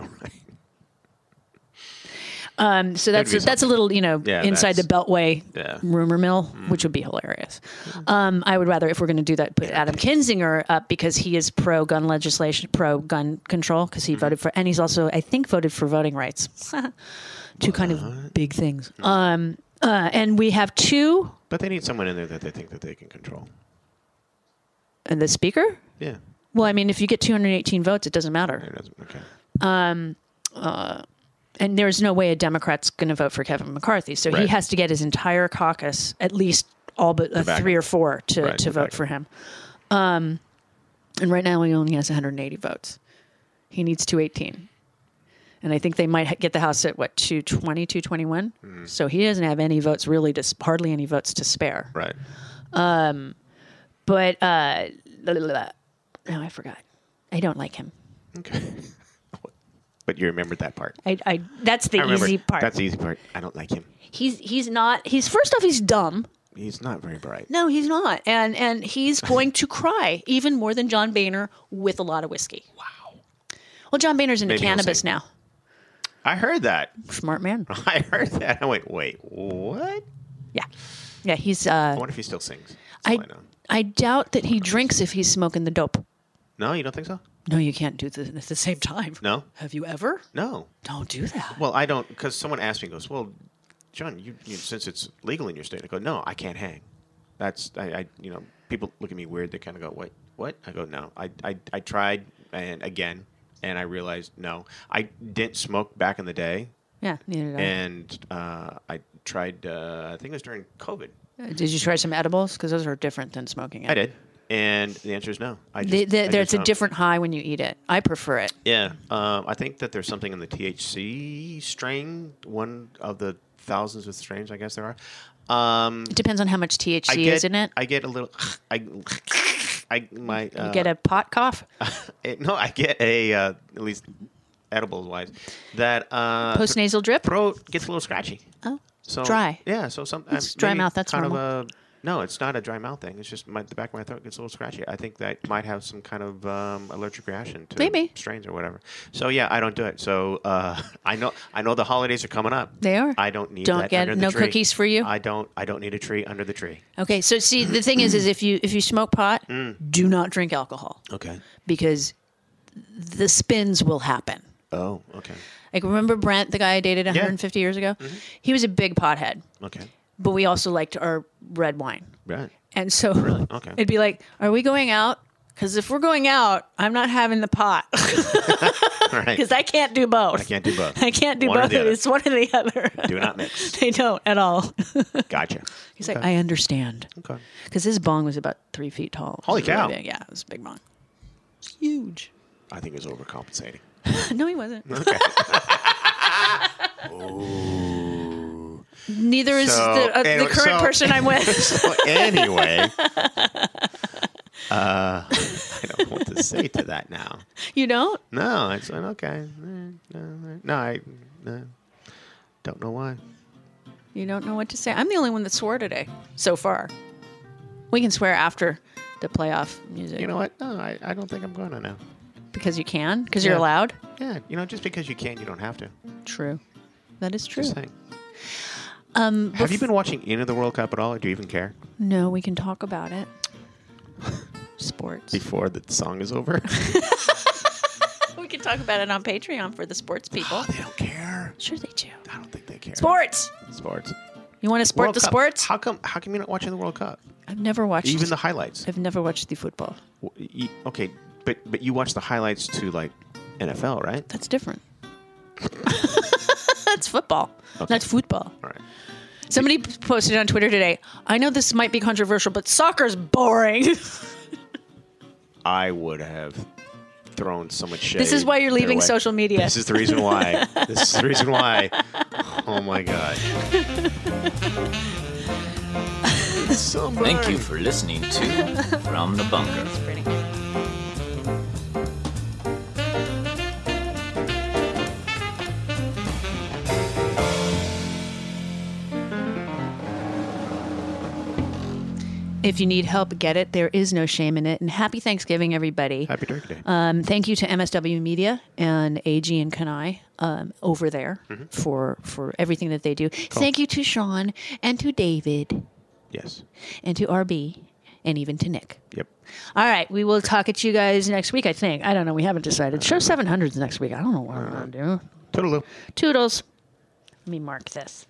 Speaker 5: Um, so that's
Speaker 4: be
Speaker 5: that's a little you know
Speaker 4: Yeah,
Speaker 5: inside the
Speaker 4: that's-
Speaker 5: Beltway
Speaker 4: Yeah. Mm-hmm.
Speaker 5: rumor mill, which would be hilarious. Um, I would rather if we're going to do that, put Adam Kinzinger up because he is pro gun legislation, pro gun control, because
Speaker 4: Mm-hmm.
Speaker 5: he voted for, and he's also I think voted for voting rights, two kind of big things. Um,
Speaker 2: Uh, and we have two,
Speaker 4: But they need someone in there that they think that they can control.
Speaker 5: uh,
Speaker 2: and the speaker.
Speaker 4: Yeah.
Speaker 2: Well, I mean, if you get 218 votes, it doesn't matter.
Speaker 4: It doesn't, okay.
Speaker 2: And there's no way a Democrat's going to vote for Kevin McCarthy. So he
Speaker 4: Right.
Speaker 2: has to get his entire caucus, at least all but uh,
Speaker 4: back
Speaker 2: three
Speaker 4: him.
Speaker 2: or four, to,
Speaker 4: Right,
Speaker 2: to
Speaker 4: to
Speaker 2: vote
Speaker 4: back
Speaker 2: for him. Um, and right now, he only has 180 votes. He needs 218. And I think they might ha- get the House at what, 220, 221?
Speaker 4: Hmm.
Speaker 2: So he doesn't have any votes, really, to, s- hardly any votes to spare.
Speaker 4: Right.
Speaker 2: But uh, la- la- la- no, I forgot. I don't like him.
Speaker 4: Okay. but you remembered that part.
Speaker 2: I, I that's the
Speaker 4: I remember.
Speaker 2: easy part.
Speaker 4: That's the easy part. I don't like him.
Speaker 2: he's he's not. He's first off, he's dumb.
Speaker 4: He's not very bright.
Speaker 2: No, he's not. And and he's going to cry even more than John Boehner with a lot of whiskey. Wow. Well, John Boehner's into
Speaker 4: Maybe he'll
Speaker 2: cannabis
Speaker 4: sing.
Speaker 2: now.
Speaker 4: I heard that.
Speaker 2: Smart man.
Speaker 4: I heard that. I went, wait, what?
Speaker 2: Yeah. Yeah, he's
Speaker 4: I
Speaker 2: uh
Speaker 4: wonder if he still sings.
Speaker 2: I
Speaker 4: That's all I know.
Speaker 2: I doubt that he drinks if he's smoking the dope.
Speaker 4: No, you don't think so?
Speaker 2: No, you can't do this at the same time.
Speaker 4: No?
Speaker 2: Have you ever?
Speaker 4: No.
Speaker 2: Don't do that.
Speaker 4: Well, I don't, because someone asked me, goes, well, John, you, you since it's legal in your state, I go, no, I can't hang. That's, I, I you know, people look at me weird. They kind of go, what, what? I go, no. I, I, I tried and again, and I realized, no. I didn't smoke back in the day,
Speaker 2: Yeah, neither
Speaker 5: Uh-huh.
Speaker 2: did I.
Speaker 4: and uh, I tried, uh, I think it was during COVID.
Speaker 5: Uh, Did you try some edibles? Because those are different than smoking it.
Speaker 4: I did. And the answer is no. I just,
Speaker 5: They- they-
Speaker 4: I
Speaker 5: there's
Speaker 4: just
Speaker 5: a
Speaker 4: don't.
Speaker 5: different high when you eat it. I prefer it.
Speaker 4: Yeah, um, I think that there's something in the THC strain, one of the thousands of strains, I guess there are. Um,
Speaker 5: It depends on how much THC
Speaker 4: I get,
Speaker 5: is in it.
Speaker 4: I get a little. I, I my. Uh,
Speaker 5: Get a pot cough.
Speaker 4: it- no, I get a uh, at least edibles wise that uh,
Speaker 5: Post nasal drip.
Speaker 4: throat gets a little scratchy.
Speaker 5: Oh,
Speaker 4: So
Speaker 5: dry.
Speaker 4: Yeah, so some uh,
Speaker 5: It's dry mouth, that's
Speaker 4: kind
Speaker 5: normal.
Speaker 4: Of a, no, it's not a dry mouth thing. It's just my, the back of my throat gets a little scratchy. I think that might have some kind of um, allergic reaction to
Speaker 5: Maybe.
Speaker 4: strains or whatever. So yeah, I don't do it. So uh, I know I know the holidays are coming up.
Speaker 5: They are.
Speaker 4: I don't need
Speaker 5: Don't
Speaker 4: that
Speaker 5: get
Speaker 4: under the
Speaker 5: no
Speaker 4: tree.
Speaker 5: cookies for you?
Speaker 4: I don't I don't need a tree under the tree.
Speaker 5: Okay, so see the thing is, is if you if you smoke pot,
Speaker 4: Mm.
Speaker 5: do not drink alcohol
Speaker 4: Okay.
Speaker 5: because the spins will happen.
Speaker 4: Oh, okay.
Speaker 5: Like remember Brent, the guy I dated 150 years ago?
Speaker 4: Mm-hmm.
Speaker 5: He was a big pothead,
Speaker 4: Okay.
Speaker 5: but we also liked our red wine.
Speaker 4: Right.
Speaker 5: And so
Speaker 4: Okay.
Speaker 5: it'd be like, are we going out? Because if we're going out, I'm not having the pot
Speaker 4: All right.
Speaker 5: because I can't do both.
Speaker 4: I can't do both.
Speaker 5: I can't do
Speaker 4: One or
Speaker 5: both.
Speaker 4: the other.
Speaker 5: It's one or the other.
Speaker 4: Do not mix.
Speaker 5: they don't at all.
Speaker 4: Gotcha.
Speaker 5: He's like, I understand.
Speaker 4: Okay.
Speaker 5: Because his bong was about three feet tall. It
Speaker 4: Holy
Speaker 5: was really
Speaker 4: cow.
Speaker 5: big. Yeah, it was a big bong. It's huge.
Speaker 4: I think it's overcompensating.
Speaker 5: No, he wasn't.
Speaker 4: Okay.
Speaker 5: Neither is
Speaker 4: Oh. So,
Speaker 5: the, uh, the
Speaker 4: anyway,
Speaker 5: current
Speaker 4: so-
Speaker 5: person I'm with.
Speaker 4: so anyway, uh, I don't know what to say to that now.
Speaker 5: you don't?
Speaker 4: No, it's like, okay. Mm, no, No, no, I no, don't know why.
Speaker 5: You don't know what to say. I'm the only one that swore today so far. We can swear after the playoff music.
Speaker 4: You know what? No, I, I don't think I'm going to now.
Speaker 5: Because you can? Because you're
Speaker 4: Yeah.
Speaker 5: allowed?
Speaker 4: Yeah, you know, just because you can, you don't have to.
Speaker 5: True. That is true.
Speaker 4: Just saying. Um, have you been watching any of the World Cup at all, or do you even care?
Speaker 5: No, we can talk about it. Sports.
Speaker 4: Before the song is over,
Speaker 5: We can talk about it on Patreon for the sports people.
Speaker 4: Oh, they don't care.
Speaker 5: Sure, they do.
Speaker 4: I don't think they care.
Speaker 5: Sports!
Speaker 4: Sports.
Speaker 5: You want to sport
Speaker 4: World
Speaker 5: the
Speaker 4: Cup.
Speaker 5: sports?
Speaker 4: How come? How come you're not watching the World Cup?
Speaker 5: I've never watched.
Speaker 4: Even the highlights.
Speaker 5: I've never watched the football.
Speaker 4: W- you- Okay, but but you watch the highlights to like NFL, right?
Speaker 5: That's different. That's football. That's football.
Speaker 4: All right.
Speaker 5: Somebody p- posted on Twitter today. I know this might be controversial, but soccer's boring.
Speaker 4: I would have thrown so much shit.
Speaker 5: is why you're leaving social media.
Speaker 4: This is the reason why. this is the reason why. Oh my god.
Speaker 3: Thank you for listening to From the Bunker.
Speaker 5: if you need help, get it. There is no shame in it. And happy Thanksgiving, everybody.
Speaker 4: Happy Turkey Day.
Speaker 5: Um, thank you to MSW Media and AG and Kanai um, over there for for everything that they do. Thank you to Sean and to David
Speaker 4: yes.
Speaker 5: and to RB and even to Nick.
Speaker 4: Yep.
Speaker 5: All right, we will talk at you guys next week. I think I don't know. We haven't decided. Show 700s next week. I don't know what I'm gonna do.
Speaker 4: Toodaloo.
Speaker 5: Toodles. Let me mark this.